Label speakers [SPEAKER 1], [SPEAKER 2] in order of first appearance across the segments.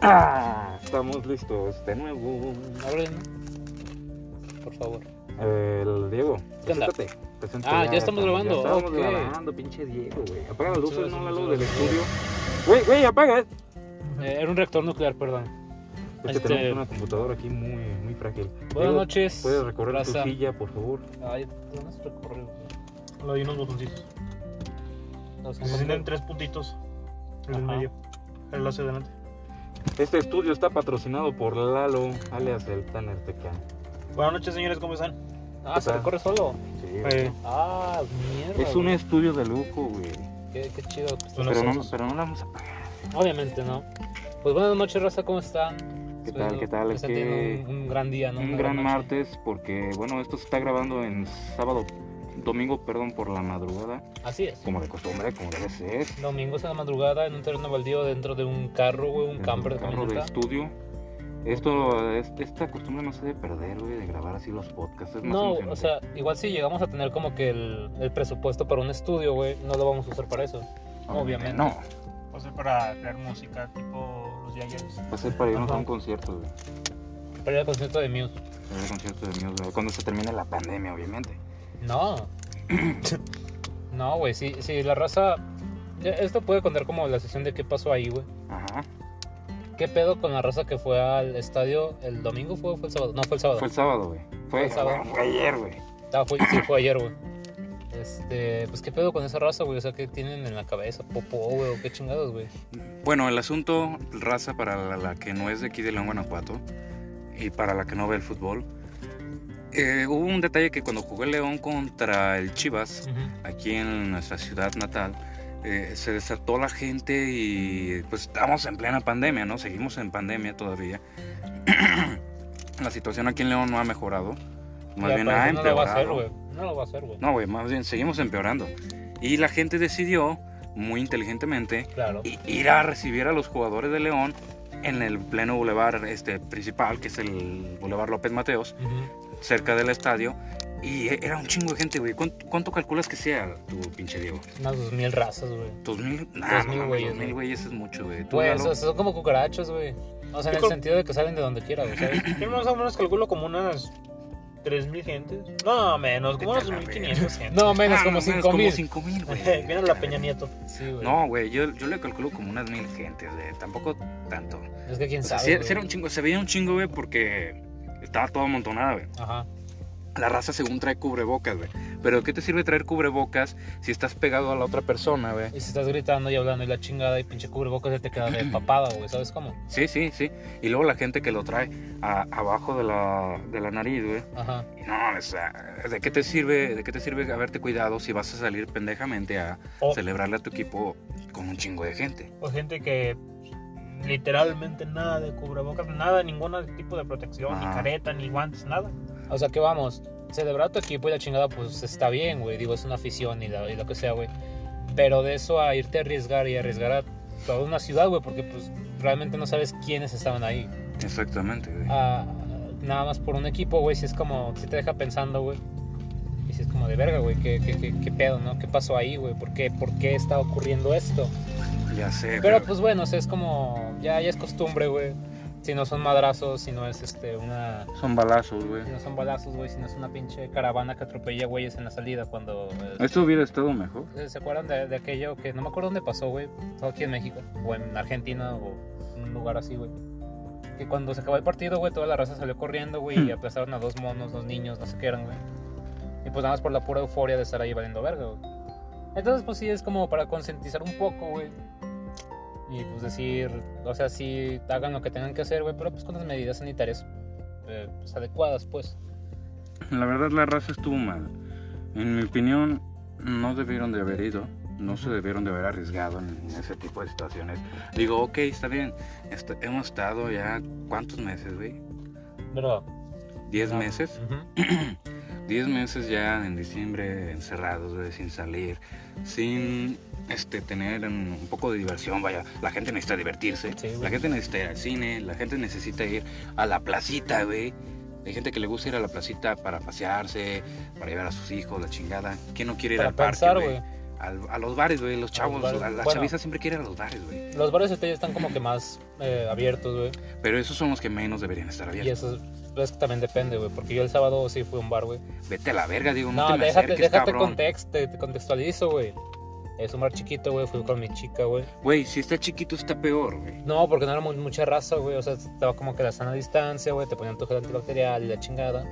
[SPEAKER 1] Ah, estamos listos de nuevo.
[SPEAKER 2] Ábrele, por favor.
[SPEAKER 1] El Diego,
[SPEAKER 2] ¿Qué onda?
[SPEAKER 1] preséntate. preséntate
[SPEAKER 2] Ah, ya estamos grabando,
[SPEAKER 1] Ya estamos
[SPEAKER 2] ok.
[SPEAKER 1] grabando, pinche Diego, güey. Apaga las luces,
[SPEAKER 2] Subes,
[SPEAKER 1] no la
[SPEAKER 2] subes,
[SPEAKER 1] luz del
[SPEAKER 2] subes.
[SPEAKER 1] estudio. Güey, güey, apaga. Es
[SPEAKER 2] Eh, era un reactor nuclear, perdón.
[SPEAKER 1] que
[SPEAKER 2] Este-
[SPEAKER 1] tenemos una computadora aquí muy, muy frágil.
[SPEAKER 2] Buenas
[SPEAKER 1] Diego,
[SPEAKER 2] noches.
[SPEAKER 1] ¿Puedes recorrer
[SPEAKER 2] raza.
[SPEAKER 1] tu silla, por favor?
[SPEAKER 2] Ay, ¿dónde se recorre? güey?
[SPEAKER 3] Le doy unos botoncitos.
[SPEAKER 2] No sé,
[SPEAKER 3] Se tienen tres puntitos. El del
[SPEAKER 2] Ajá.
[SPEAKER 3] medio. El hacia adelante.
[SPEAKER 1] Este estudio está patrocinado por Lalo, alias el Tanner TK.
[SPEAKER 3] Buenas noches, señores, ¿cómo están?
[SPEAKER 2] Ah, se recorre solo.
[SPEAKER 1] Sí,
[SPEAKER 3] Eh,
[SPEAKER 2] Ah, mierda.
[SPEAKER 1] es un
[SPEAKER 2] güey.
[SPEAKER 1] estudio de lujo, güey.
[SPEAKER 2] Qué, qué chido. que está.
[SPEAKER 3] Pero
[SPEAKER 1] Pero no,
[SPEAKER 3] somos-
[SPEAKER 1] pero no la vamos a pagar.
[SPEAKER 2] Obviamente, ¿no? Pues buenas noches, raza, ¿cómo están?
[SPEAKER 1] ¿Qué
[SPEAKER 2] Espero
[SPEAKER 1] tal, qué tal?
[SPEAKER 2] estén teniendo
[SPEAKER 1] ¿Qué-
[SPEAKER 2] Un, un gran día, ¿no?
[SPEAKER 1] un
[SPEAKER 2] Una
[SPEAKER 1] gran
[SPEAKER 2] noche.
[SPEAKER 1] martes porque bueno esto se está grabando en sábado domingo perdón por la madrugada
[SPEAKER 2] Así es.
[SPEAKER 1] como de costumbre como debe ser
[SPEAKER 2] Domingos en la madrugada en un terreno baldío dentro de un carro, güey, un camper de
[SPEAKER 1] carro de
[SPEAKER 2] camioneta.
[SPEAKER 1] estudio esto es- esta costumbre no se debe perder güey de grabar así los podcasts es más
[SPEAKER 2] No, o
[SPEAKER 1] emocionante.
[SPEAKER 2] sea, igual si llegamos a tener como que el, el presupuesto para un estudio, güey, no lo vamos a usar para eso. obviamente.
[SPEAKER 1] no
[SPEAKER 3] O sea, Pues para crear música tipo los yayas.
[SPEAKER 1] va a ser para irnos a
[SPEAKER 2] Ajá.
[SPEAKER 1] un concierto güey
[SPEAKER 2] Para ir al concierto de Muse.
[SPEAKER 1] para un concierto de Muse, güey, cuando se termine la pandemia obviamente
[SPEAKER 2] No. no, güey, sí, sí, la raza... ya, Esto puede contar como la sesión de qué pasó ahí, güey.
[SPEAKER 1] ajá
[SPEAKER 2] ¿Qué pedo con la raza que fue al estadio el domingo fue, o fue el sábado? No, fue el sábado.
[SPEAKER 1] fue el sábado güey
[SPEAKER 2] Fue
[SPEAKER 1] fue,
[SPEAKER 2] el sábado.
[SPEAKER 1] fue ayer güey
[SPEAKER 2] Ah, fue, sí, fue ayer, güey. Este, pues qué pedo con esa raza, güey. O sea, ¿qué tienen en la cabeza? Popó, güey, o qué chingados, güey.
[SPEAKER 4] Bueno, el asunto, raza, para la, la que no es de aquí de León, Guanajuato, y para la que no ve el fútbol, eh, hubo un detalle que cuando jugué León contra el Chivas, aquí en nuestra ciudad natal, eh, se desató la gente y pues estamos en plena pandemia, ¿no? Seguimos en pandemia todavía. la situación aquí en León no ha mejorado, más
[SPEAKER 2] Y
[SPEAKER 4] bien
[SPEAKER 2] al
[SPEAKER 4] ha
[SPEAKER 2] parecer no lo va a hacer,
[SPEAKER 4] empeorado.
[SPEAKER 2] güey. No lo va a hacer, güey.
[SPEAKER 4] No, güey, más bien seguimos empeorando. Y la gente decidió, muy inteligentemente,
[SPEAKER 2] Claro.
[SPEAKER 4] i- ir a recibir a los jugadores de León en el pleno bulevar este, principal, que es el bulevar López Mateos,
[SPEAKER 2] Ujú.
[SPEAKER 4] cerca del estadio. Y e- era un chingo de gente, güey. ¿Cuánto, cuánto calculas que sea tu pinche Diego?
[SPEAKER 2] Unas dos mil razas, güey.
[SPEAKER 4] ¿Dos mil? Nah,
[SPEAKER 2] Dos mil
[SPEAKER 4] no mames,
[SPEAKER 2] güeyes,
[SPEAKER 4] dos mil
[SPEAKER 2] ¿no?
[SPEAKER 4] güeyes es mucho, güey. Tú,
[SPEAKER 2] Güey,
[SPEAKER 4] Lalo,
[SPEAKER 2] o sea, son como cucarachas, güey. O sea, en
[SPEAKER 3] Yo
[SPEAKER 2] el
[SPEAKER 3] creo-
[SPEAKER 2] sentido de que salen de donde quiera, güey, ¿sabes?
[SPEAKER 3] Yo más o menos calculo como unas 3.000 gentes. No, menos, como unas
[SPEAKER 4] Vete a la
[SPEAKER 3] 1.500 gentes. Eh,
[SPEAKER 2] No, menos
[SPEAKER 4] ah,
[SPEAKER 2] como
[SPEAKER 4] no,
[SPEAKER 2] cinco mil.
[SPEAKER 4] cinco mil, güey.
[SPEAKER 3] Viene la Peña Nieto.
[SPEAKER 2] Sí, güey.
[SPEAKER 4] No, güey, yo, yo le calculo como unas mil gentes, güey. Tampoco tanto.
[SPEAKER 2] Es que quién
[SPEAKER 4] O sea,
[SPEAKER 2] sabe.
[SPEAKER 4] sí-
[SPEAKER 2] güey.
[SPEAKER 4] sí era un chingo, se veía un chingo, güey, porque estaba todo amontonada, güey.
[SPEAKER 2] Ajá.
[SPEAKER 4] la raza según trae cubrebocas, güey. Pero ¿qué te sirve traer cubrebocas si estás pegado a la otra persona, güey?
[SPEAKER 2] Y si estás gritando y hablando y la chingada y pinche cubrebocas se te queda de papada, güey. ¿Sabes cómo?
[SPEAKER 4] Sí, sí, sí. Y luego la gente que lo trae a- abajo de la, de la nariz, güey.
[SPEAKER 2] Ajá.
[SPEAKER 4] Y no, o sea, ¿de qué te sirve, de qué te sirve haberte cuidado si vas a salir pendejamente a
[SPEAKER 2] Oh.
[SPEAKER 3] O,
[SPEAKER 4] celebrarle a tu equipo con un chingo de gente?
[SPEAKER 3] o gente que literalmente nada de cubrebocas, nada, ningún tipo de protección, ni
[SPEAKER 4] Ajá.
[SPEAKER 3] careta, ni guantes, nada.
[SPEAKER 2] O sea, que vamos, celebrar a tu equipo y la chingada, pues está bien, güey. Digo, es una afición y, la- y lo que sea, güey. Pero de eso a irte a arriesgar y arriesgar a toda una ciudad, güey, porque pues realmente no sabes quiénes estaban ahí.
[SPEAKER 4] Exactamente, güey.
[SPEAKER 2] Ah, nada más por un equipo, güey, si es como, si te deja pensando, güey. Y si es como de verga, güey, ¿qué, qué, qué, qué pedo, ¿no? ¿Qué pasó ahí, güey? ¿Por qué, ¿Por qué está ocurriendo esto?
[SPEAKER 4] Ya sé,
[SPEAKER 2] Pero pues bueno, o sea, es como, ya, ya es costumbre, güey. Si no son madrazos, si no es este, una
[SPEAKER 4] son balazos, güey.
[SPEAKER 2] si no son balazos, güey, si no es una pinche caravana que atropella güeyes en la salida cuando... eh,
[SPEAKER 4] Esto hubiera estado mejor.
[SPEAKER 2] ¿Se acuerdan de, de aquello que no me acuerdo dónde pasó, güey? Fue aquí en México, o en Argentina, o en un lugar así, güey. Que cuando se acabó el partido, güey, toda la raza salió corriendo, güey, y
[SPEAKER 4] Hmm.
[SPEAKER 2] aplastaron a dos monos, dos niños, no sé qué eran, güey. Y pues nada más por la pura euforia de estar ahí valiendo verga, güey. Entonces, pues sí, es como para concientizar un poco, güey. Y pues decir, o sea, sí, hagan lo que tengan que hacer, güey, pero pues con las medidas sanitarias eh, pues, adecuadas, pues.
[SPEAKER 4] La verdad la raza estuvo mal. En mi opinión, no debieron de haber ido, no se debieron de haber arriesgado en en ese tipo de situaciones. Digo, ok, está bien, est- hemos estado ya, ¿cuántos meses, güey?
[SPEAKER 2] ¿Verdad?
[SPEAKER 4] ¿Diez
[SPEAKER 2] Ah,
[SPEAKER 4] meses?
[SPEAKER 2] ujú.
[SPEAKER 4] Diez meses ya en diciembre encerrados, güey, sin salir, sin este, tener un un poco de diversión, vaya, la gente necesita divertirse,
[SPEAKER 2] Sí, güey.
[SPEAKER 4] la gente necesita ir al cine, la gente necesita ir a la placita, güey. Hay gente que le gusta ir a la placita para pasearse, para llevar a sus hijos, la chingada. ¿Quién no quiere ir
[SPEAKER 2] Para
[SPEAKER 4] al parque,
[SPEAKER 2] pensar, güey.
[SPEAKER 4] al- a los bares, güey. Los chavos,
[SPEAKER 2] bares.
[SPEAKER 4] la, la
[SPEAKER 2] Bueno.
[SPEAKER 4] chaviza siempre quiere ir a los bares, güey.
[SPEAKER 2] Los bares ahorita ya están como que más eh, abiertos, güey.
[SPEAKER 4] Pero esos son los que menos deberían estar
[SPEAKER 2] Y
[SPEAKER 4] abiertos.
[SPEAKER 2] eso es- también depende, güey. Porque yo el sábado sí fui a un bar, güey.
[SPEAKER 4] Vete a la verga, digo, no,
[SPEAKER 2] No,
[SPEAKER 4] te me
[SPEAKER 2] déjate,
[SPEAKER 4] acerques,
[SPEAKER 2] déjate
[SPEAKER 4] cabrón.
[SPEAKER 2] context, te, te contextualizo, güey. Es un bar chiquito, güey. Fui con mi chica, güey.
[SPEAKER 4] Güey, si está chiquito está peor, güey.
[SPEAKER 2] No, porque no era mu- mucha raza, güey. O sea, estaba como que la sana distancia, güey. Te ponían tu gel antibacterial y la chingada.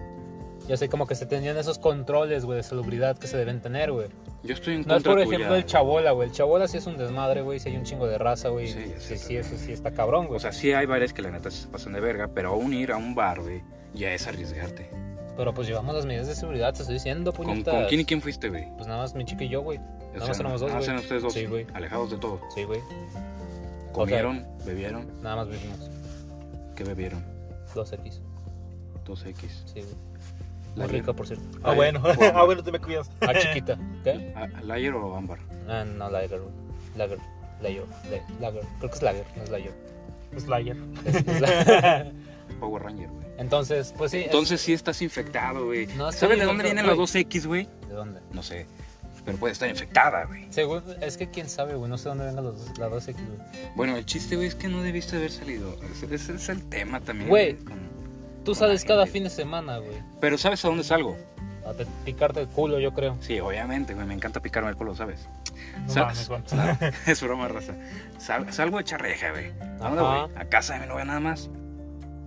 [SPEAKER 2] Yo sé como que se tenían esos controles, güey, de salubridad que se deben tener, güey.
[SPEAKER 4] Yo estoy en
[SPEAKER 2] No es
[SPEAKER 4] contra
[SPEAKER 2] por
[SPEAKER 4] tuya.
[SPEAKER 2] ejemplo el chabola, güey. El chabola sí es un desmadre, güey. Sí hay un chingo de raza, güey.
[SPEAKER 4] Sí,
[SPEAKER 2] Sí,
[SPEAKER 4] ya sé,
[SPEAKER 2] sí,
[SPEAKER 4] pero-
[SPEAKER 2] eso sí está cabrón, güey.
[SPEAKER 4] O sea, sí hay bares que la neta se pasan de verga, pero aún ir a un bar, güey, ya es arriesgarte.
[SPEAKER 2] Pero pues llevamos las medidas de seguridad, te estoy diciendo,
[SPEAKER 4] ¿Con,
[SPEAKER 2] puñetas.
[SPEAKER 4] ¿Con quién y quién fuiste, güey?
[SPEAKER 2] Pues nada más mi chica y yo, güey.
[SPEAKER 4] O
[SPEAKER 2] Nada más éramos dos,
[SPEAKER 4] nada más
[SPEAKER 2] güey.
[SPEAKER 4] eran ustedes dos,
[SPEAKER 2] Sí, güey.
[SPEAKER 4] alejados de todo.
[SPEAKER 2] Sí, güey.
[SPEAKER 4] Comieron, bebieron,
[SPEAKER 2] Nada más vivimos.
[SPEAKER 4] ¿qué bebieron?
[SPEAKER 2] 2X.
[SPEAKER 4] 2X.
[SPEAKER 2] Sí, güey.
[SPEAKER 4] ¿La
[SPEAKER 2] Muy rica, por cierto.
[SPEAKER 3] Ah, bueno. Ah, bueno, te me cuidas.
[SPEAKER 2] Ah, chiquita. ¿Qué?
[SPEAKER 4] ¿Layer o ámbar?
[SPEAKER 2] Ah, no, Lager, güey. Lager. Lager. la- Lager. Creo que es Lager, no es Lager.
[SPEAKER 3] Slayer.
[SPEAKER 2] Es- es la-
[SPEAKER 4] Power Ranger, güey.
[SPEAKER 2] Entonces, pues sí. es-
[SPEAKER 4] Entonces sí estás infectado, güey.
[SPEAKER 2] No estoy
[SPEAKER 4] ¿Sabes de dónde
[SPEAKER 2] infectado,
[SPEAKER 4] vienen
[SPEAKER 2] güey.
[SPEAKER 4] las 2X, güey?
[SPEAKER 2] ¿De dónde?
[SPEAKER 4] No sé. Pero puede estar infectada, güey.
[SPEAKER 2] Según, es que quién sabe, güey. No sé dónde vengan los dos- la 2X, güey.
[SPEAKER 4] Bueno, el chiste, güey, es que no debiste haber salido. Ese, ese es el tema también.
[SPEAKER 2] Güey.
[SPEAKER 4] con-
[SPEAKER 2] Tú
[SPEAKER 4] Con la
[SPEAKER 2] sales cada
[SPEAKER 4] gente.
[SPEAKER 2] fin de semana, güey.
[SPEAKER 4] Pero ¿sabes a dónde salgo?
[SPEAKER 2] A te- picarte el culo, yo creo.
[SPEAKER 4] Sí, obviamente, güey. Me encanta picarme el culo, ¿sabes?
[SPEAKER 3] No
[SPEAKER 4] Sa-
[SPEAKER 3] mames, güey.
[SPEAKER 4] es broma, raza. Sal- salgo de charreja, güey. ¿A dónde,
[SPEAKER 2] Ajá.
[SPEAKER 4] güey? A casa de mi novia nada más.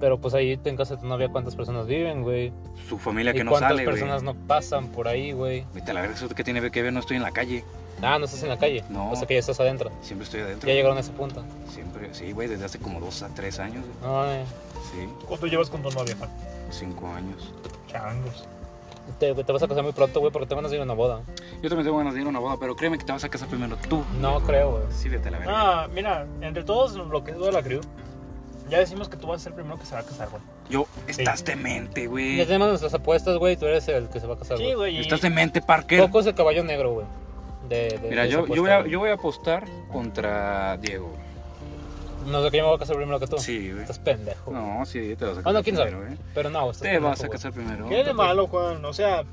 [SPEAKER 2] Pero pues ahí en casa de tu novia cuántas personas viven, güey.
[SPEAKER 4] Su familia
[SPEAKER 2] ¿Y
[SPEAKER 4] que no
[SPEAKER 2] cuántas
[SPEAKER 4] sale, güey.
[SPEAKER 2] personas no pasan por ahí, güey?
[SPEAKER 4] Vete a la verga, eso que tiene que ver, no estoy en la calle.
[SPEAKER 2] Ah, no estás en la calle.
[SPEAKER 4] No.
[SPEAKER 2] O sea que ya estás adentro.
[SPEAKER 4] Siempre estoy adentro.
[SPEAKER 2] Ya llegaron a ese punto.
[SPEAKER 4] Siempre, sí, güey, desde hace como dos a tres años, güey.
[SPEAKER 2] No, eh,
[SPEAKER 4] Sí,
[SPEAKER 3] ¿Cuánto llevas con tu novia, Juan?
[SPEAKER 4] cinco años.
[SPEAKER 3] Changos.
[SPEAKER 2] te, te vas a casar muy pronto, güey, porque te van a ir a una boda.
[SPEAKER 4] Yo también tengo ganas de ir a una boda, pero créeme que te vas a casar primero tú.
[SPEAKER 2] No creo, güey.
[SPEAKER 4] Sí, vete a la verga.
[SPEAKER 3] Ah, mira, entre todos lo que es de la crew, ya decimos que tú vas a ser el primero que se va a casar, güey.
[SPEAKER 4] Yo, estás demente,
[SPEAKER 2] Ya
[SPEAKER 4] güey.
[SPEAKER 2] tenemos nuestras apuestas, güey. Tú eres el que se va a casar,
[SPEAKER 3] Sí,
[SPEAKER 2] güey.
[SPEAKER 3] güey. y-
[SPEAKER 4] Estás demente, Parker.
[SPEAKER 2] Coco es el caballo negro, güey. De, de-
[SPEAKER 4] Mira,
[SPEAKER 2] de esa
[SPEAKER 4] yo, yo,
[SPEAKER 2] apuesta,
[SPEAKER 4] voy a,
[SPEAKER 2] güey.
[SPEAKER 4] yo voy a apostar contra Diego.
[SPEAKER 2] No sé que yo me voy a casar primero que tú.
[SPEAKER 4] Sí, güey.
[SPEAKER 2] Estás pendejo.
[SPEAKER 4] No, sí, te vas a
[SPEAKER 2] Ah,
[SPEAKER 4] casar
[SPEAKER 2] no, quién sabe.
[SPEAKER 4] primero, eh.
[SPEAKER 2] Pero no, estás
[SPEAKER 4] Te vas a
[SPEAKER 2] pendejo,
[SPEAKER 4] casar primero.
[SPEAKER 3] ¿Qué hay de malo,
[SPEAKER 4] pues.
[SPEAKER 3] Juan? O sea,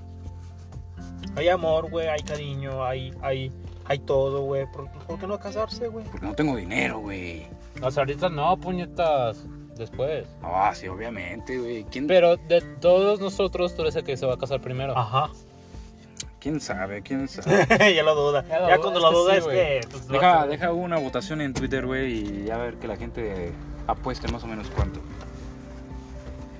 [SPEAKER 3] hay amor, güey, hay cariño, hay, hay, hay todo, güey. ¿Por, por qué no casarse, güey?
[SPEAKER 4] Porque no tengo dinero, güey.
[SPEAKER 2] güey. O sea, ahorita no, puñetas. Después.
[SPEAKER 4] Ah, sí, obviamente, güey. ¿Quién,
[SPEAKER 2] Pero de todos nosotros, tú eres el que se va a casar primero.
[SPEAKER 4] Ah,
[SPEAKER 3] Ajá.
[SPEAKER 4] ¿Quién sabe? ¿Quién sabe?
[SPEAKER 3] ya la duda.
[SPEAKER 2] Ya la
[SPEAKER 3] Ya
[SPEAKER 2] duda,
[SPEAKER 3] cuando
[SPEAKER 2] es
[SPEAKER 3] la
[SPEAKER 2] que
[SPEAKER 3] duda
[SPEAKER 2] sí,
[SPEAKER 3] es
[SPEAKER 2] güey.
[SPEAKER 3] que. pues, lo
[SPEAKER 4] deja,
[SPEAKER 3] haces,
[SPEAKER 4] deja una votación en Twitter, güey, y a ver que la gente apueste más o menos cuánto.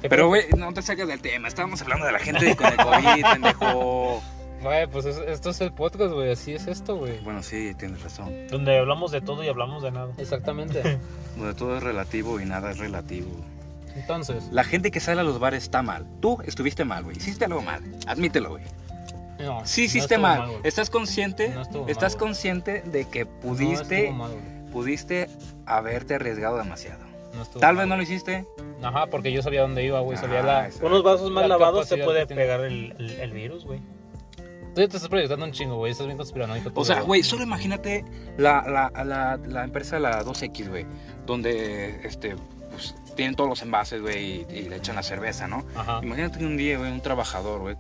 [SPEAKER 2] ¿Qué
[SPEAKER 4] Pero,
[SPEAKER 2] pedo?
[SPEAKER 4] güey, no te saques del tema. Estábamos hablando de la gente con el COVID, pendejo.
[SPEAKER 2] Güey, pues es- esto es el podcast, güey. Así es esto, güey.
[SPEAKER 4] Bueno, sí, tienes razón.
[SPEAKER 3] Donde hablamos de todo y hablamos de nada.
[SPEAKER 2] Exactamente.
[SPEAKER 4] Donde todo es relativo y nada es relativo.
[SPEAKER 2] Entonces,
[SPEAKER 4] La gente que sale a los bares está mal. Tú estuviste mal, güey. Hiciste algo mal. Admítelo, güey.
[SPEAKER 2] no.
[SPEAKER 4] Sí,
[SPEAKER 2] no
[SPEAKER 4] hiciste
[SPEAKER 2] estuvo
[SPEAKER 4] mal.
[SPEAKER 2] güey.
[SPEAKER 4] ¿Estás consciente?
[SPEAKER 2] No estuvo mal,
[SPEAKER 4] ¿Estás
[SPEAKER 2] güey.
[SPEAKER 4] consciente de que
[SPEAKER 2] No
[SPEAKER 4] pudiste,
[SPEAKER 2] estuvo mal, güey.
[SPEAKER 4] pudiste haberte arriesgado demasiado?
[SPEAKER 2] No estuvo
[SPEAKER 4] Tal
[SPEAKER 2] mal,
[SPEAKER 4] vez no
[SPEAKER 2] güey.
[SPEAKER 4] lo hiciste.
[SPEAKER 2] Ajá, porque yo sabía dónde iba, güey. Sabía
[SPEAKER 4] Ah,
[SPEAKER 2] la.
[SPEAKER 4] exacto.
[SPEAKER 3] Con unos vasos más
[SPEAKER 2] La
[SPEAKER 3] lavados te
[SPEAKER 2] capacidad
[SPEAKER 3] puede
[SPEAKER 2] que tiene.
[SPEAKER 3] pegar el, el- el virus, güey.
[SPEAKER 2] Tú ya te estás proyectando un chingo, güey. Estás bien conspiranoico. tú,
[SPEAKER 4] O sea, güey, solo imagínate la, la, la, la empresa, la 2X, güey, donde este, pues, tienen todos los envases, güey, y, y le echan la cerveza, ¿no?
[SPEAKER 2] Ajá.
[SPEAKER 4] Imagínate que un día, güey, un trabajador, güey,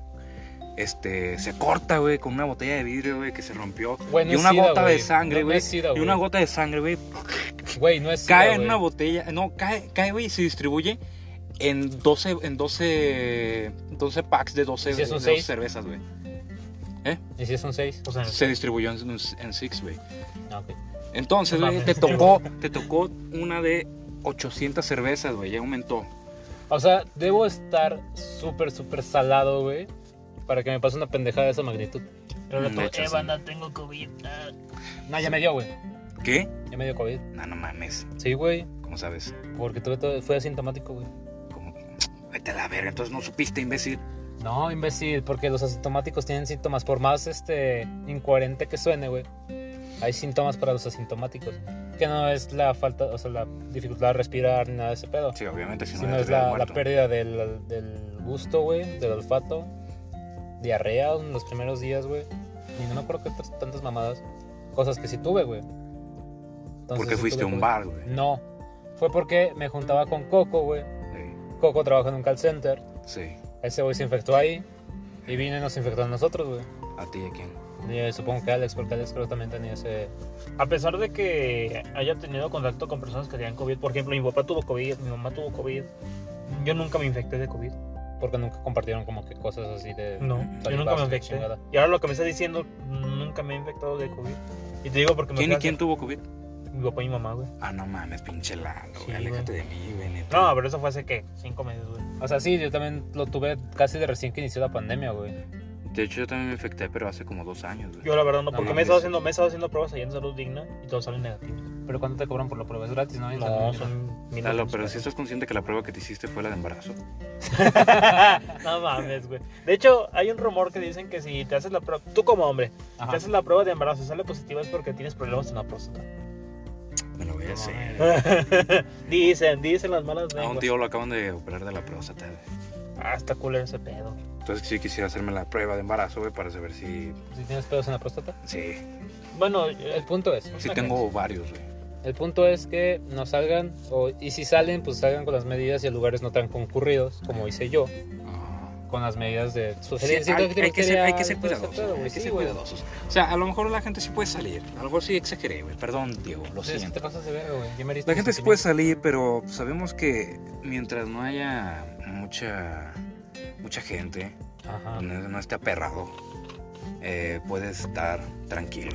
[SPEAKER 4] este, se corta, güey, con una botella de vidrio, güey, que se rompió.
[SPEAKER 2] Güey, no
[SPEAKER 4] y
[SPEAKER 2] es
[SPEAKER 4] una
[SPEAKER 2] sida,
[SPEAKER 4] gota de
[SPEAKER 2] güey.
[SPEAKER 4] sangre,
[SPEAKER 2] No, no
[SPEAKER 4] güey.
[SPEAKER 2] es sida,
[SPEAKER 4] y una
[SPEAKER 2] güey.
[SPEAKER 4] gota de sangre, güey,
[SPEAKER 2] Güey, no es. sida,
[SPEAKER 4] cae en
[SPEAKER 2] güey.
[SPEAKER 4] una botella, no, cae, cae, güey, y se distribuye en 12, en 12, 12 packs de 12,
[SPEAKER 2] ¿Y si es
[SPEAKER 4] de
[SPEAKER 2] un
[SPEAKER 4] 12
[SPEAKER 2] seis? Ah.
[SPEAKER 4] cervezas, güey.
[SPEAKER 2] ¿Y si es un 6?
[SPEAKER 3] O sea,
[SPEAKER 4] Se distribuyó en, en six, güey.
[SPEAKER 2] Ah, ok.
[SPEAKER 4] Entonces,
[SPEAKER 3] No
[SPEAKER 4] güey, te
[SPEAKER 3] mames.
[SPEAKER 4] tocó, te tocó una de 800 cervezas, güey, ya aumentó.
[SPEAKER 2] O sea, debo estar súper, súper salado, güey. Para que me pase una pendejada de esa magnitud.
[SPEAKER 3] pero
[SPEAKER 4] de
[SPEAKER 2] eh,
[SPEAKER 4] hecho, sí.
[SPEAKER 3] no tengo COVID. ah.
[SPEAKER 2] No, ya me dio, güey.
[SPEAKER 4] ¿Qué?
[SPEAKER 2] Ya me dio COVID.
[SPEAKER 4] No, no mames,
[SPEAKER 2] Sí, güey.
[SPEAKER 4] ¿cómo sabes?
[SPEAKER 2] Porque tuve todo- fue asintomático, güey.
[SPEAKER 4] ¿Cómo? Vete a la verga, entonces no supiste, imbécil.
[SPEAKER 2] No, imbécil, porque los asintomáticos tienen síntomas. Por más este incoherente que suene, güey. Hay síntomas para los asintomáticos. Que no es la falta, o sea, la dificultad de respirar ni nada de ese pedo.
[SPEAKER 4] Sí, obviamente, si no,
[SPEAKER 2] sino
[SPEAKER 4] ya te
[SPEAKER 2] es
[SPEAKER 4] hubiera
[SPEAKER 2] la, la
[SPEAKER 4] muerto.
[SPEAKER 2] pérdida del, del gusto, güey, del olfato, diarrea en los primeros días, güey. Y no me acuerdo que otras tantas mamadas, cosas que sí tuve, güey. Entonces,
[SPEAKER 4] Porque
[SPEAKER 2] sí
[SPEAKER 4] fuiste a
[SPEAKER 2] tuve
[SPEAKER 4] un
[SPEAKER 2] COVID.
[SPEAKER 4] bar, güey.
[SPEAKER 2] No, fue porque me juntaba con Coco, güey. Coco trabaja en un call center.
[SPEAKER 4] Sí,
[SPEAKER 2] Ese güey se infectó ahí y vino y nos infectó a nosotros, güey.
[SPEAKER 4] a ti y a quién.
[SPEAKER 2] Eh, supongo que Alex, porque Alex creo que también tenía ese...
[SPEAKER 3] A pesar de que haya tenido contacto con personas que tenían COVID, por ejemplo, mi papá tuvo COVID, mi mamá tuvo COVID, yo nunca me infecté de COVID.
[SPEAKER 2] Porque nunca compartieron como que cosas así de...
[SPEAKER 4] Mm,
[SPEAKER 3] No, yo
[SPEAKER 2] Salivazo,
[SPEAKER 3] nunca me infecté.
[SPEAKER 2] chingada.
[SPEAKER 3] Y ahora lo que me estás diciendo, nunca me he infectado de COVID. Y te digo porque me
[SPEAKER 4] ¿Quién y
[SPEAKER 3] fui a-
[SPEAKER 4] quién tuvo COVID?
[SPEAKER 3] Mi papá y mi mamá, güey.
[SPEAKER 4] Ah, no mames, pinche Lalo, güey,
[SPEAKER 3] Sí,
[SPEAKER 4] aléjate de mí, güey, neta.
[SPEAKER 3] No, pero eso fue hace, ¿qué? Cinco meses, güey.
[SPEAKER 2] O sea, sí, yo también lo tuve casi de recién que inició la pandemia, güey.
[SPEAKER 4] De hecho, yo también me infecté, pero hace como dos años, güey.
[SPEAKER 3] Yo la verdad no,
[SPEAKER 2] No
[SPEAKER 3] porque me he,
[SPEAKER 4] mames.
[SPEAKER 3] estado haciendo, me he estado haciendo pruebas ahí en Salud Digna y todos salen negativos.
[SPEAKER 2] Pero ¿cuánto te cobran por la prueba? Es gratis, ¿no?
[SPEAKER 3] No, son mil
[SPEAKER 4] Lalo,
[SPEAKER 3] dólares.
[SPEAKER 4] pero si estás consciente que la prueba que te hiciste fue la de embarazo.
[SPEAKER 3] no mames, güey. De hecho, hay un rumor que dicen que si te haces la prueba, tú como hombre,
[SPEAKER 2] Ajá.
[SPEAKER 3] te haces la prueba de embarazo y sale positiva es porque tienes problemas en la próstata.
[SPEAKER 4] Me lo voy a hacer.
[SPEAKER 3] dicen, dicen las malas
[SPEAKER 4] A un
[SPEAKER 3] lenguas.
[SPEAKER 4] tío lo acaban de operar de la próstata. güey.
[SPEAKER 3] Ah, está culero ese pedo.
[SPEAKER 4] Entonces sí quisiera hacerme la prueba de embarazo, güey, para saber si...
[SPEAKER 2] Si tienes pedos en la próstata.
[SPEAKER 4] Sí,
[SPEAKER 3] Bueno,
[SPEAKER 2] El
[SPEAKER 3] eh,
[SPEAKER 2] punto es...
[SPEAKER 4] sí tengo varios, güey.
[SPEAKER 2] El punto es que no salgan, o, y si salen, pues salgan con las medidas y a lugares no tan concurridos, como hice yo,
[SPEAKER 4] Ah.
[SPEAKER 2] con las medidas de su
[SPEAKER 4] Sí, hay, hay Pues, que ser, hay que ser cuidadosos.
[SPEAKER 2] cuidado,
[SPEAKER 4] güey, hay que ser cuidadosos. O sea, a lo mejor la gente sí puede salir. A lo mejor sí exageré, güey. Perdón, Diego, lo
[SPEAKER 2] te
[SPEAKER 4] siento.
[SPEAKER 2] pasas de verga, güey. Yo me heriste
[SPEAKER 4] La gente
[SPEAKER 2] mis
[SPEAKER 4] sí puede salir,
[SPEAKER 2] sentimientos.
[SPEAKER 4] pero sabemos que mientras no haya mucha mucha gente,
[SPEAKER 2] Ajá.
[SPEAKER 4] no, no esté aperrado, eh, puedes estar tranquilo.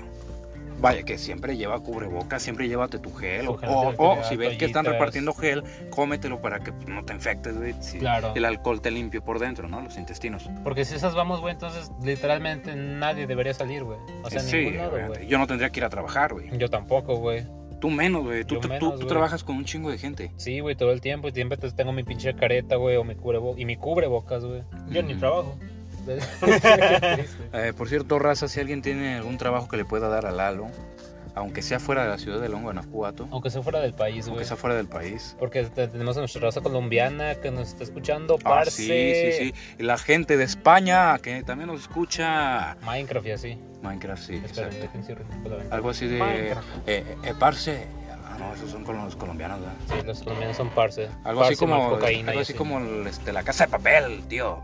[SPEAKER 4] Vaya, que siempre lleva cubrebocas, siempre llévate tu gel.
[SPEAKER 2] Su
[SPEAKER 4] O,
[SPEAKER 2] gel
[SPEAKER 4] o-
[SPEAKER 2] antibacterial,
[SPEAKER 4] o si ves que están
[SPEAKER 2] toallitas.
[SPEAKER 4] repartiendo gel, cómetelo para que no te infectes, güey. si
[SPEAKER 2] Claro.
[SPEAKER 4] El alcohol te limpio por dentro, ¿no? Los intestinos.
[SPEAKER 2] Porque si esas vamos, güey, entonces literalmente nadie debería salir, güey. O sea,
[SPEAKER 4] Eh,
[SPEAKER 2] en
[SPEAKER 4] sí,
[SPEAKER 2] ningún lado,
[SPEAKER 4] obviamente.
[SPEAKER 2] güey.
[SPEAKER 4] yo no tendría que ir a trabajar, güey.
[SPEAKER 2] Yo tampoco, güey.
[SPEAKER 4] Tú menos, güey. Tú,
[SPEAKER 2] Yo
[SPEAKER 4] tú-
[SPEAKER 2] menos,
[SPEAKER 4] tú- tú
[SPEAKER 2] güey.
[SPEAKER 4] trabajas con un chingo de gente.
[SPEAKER 2] Sí, güey, todo el tiempo. Y siempre te- tengo mi pinche careta, güey, o mi cubrebo y mi cubrebocas, güey.
[SPEAKER 3] yo ni
[SPEAKER 4] Mm.
[SPEAKER 3] trabajo.
[SPEAKER 2] Qué triste.
[SPEAKER 4] Eh, por cierto, raza, si alguien tiene algún trabajo que le pueda dar a Lalo, aunque sea fuera de la ciudad de Longo, Guanajuato,
[SPEAKER 2] Aunque sea fuera del
[SPEAKER 4] aunque
[SPEAKER 2] país, pues, güey.
[SPEAKER 4] sea fuera del país.
[SPEAKER 2] Porque te- tenemos a nuestra raza colombiana que nos está escuchando,
[SPEAKER 4] Ah,
[SPEAKER 2] parce.
[SPEAKER 4] sí, sí, sí. Y la gente de España que también nos escucha.
[SPEAKER 2] Minecraft y así.
[SPEAKER 4] Minecraft, sí,
[SPEAKER 2] Esperen,
[SPEAKER 4] exacto.
[SPEAKER 2] déjenme cierro un poco pues, la ventana.
[SPEAKER 4] Algo así de. Eh,
[SPEAKER 3] Minecraft.
[SPEAKER 4] eh, parce. Ah, no, esos son con los colombianos, ¿verdad?
[SPEAKER 2] Sí, los colombianos son parce.
[SPEAKER 4] Algo así
[SPEAKER 2] Parce, mal
[SPEAKER 4] como,
[SPEAKER 2] cocaína
[SPEAKER 4] algo
[SPEAKER 2] y
[SPEAKER 4] así como el, este, la casa de papel, tío.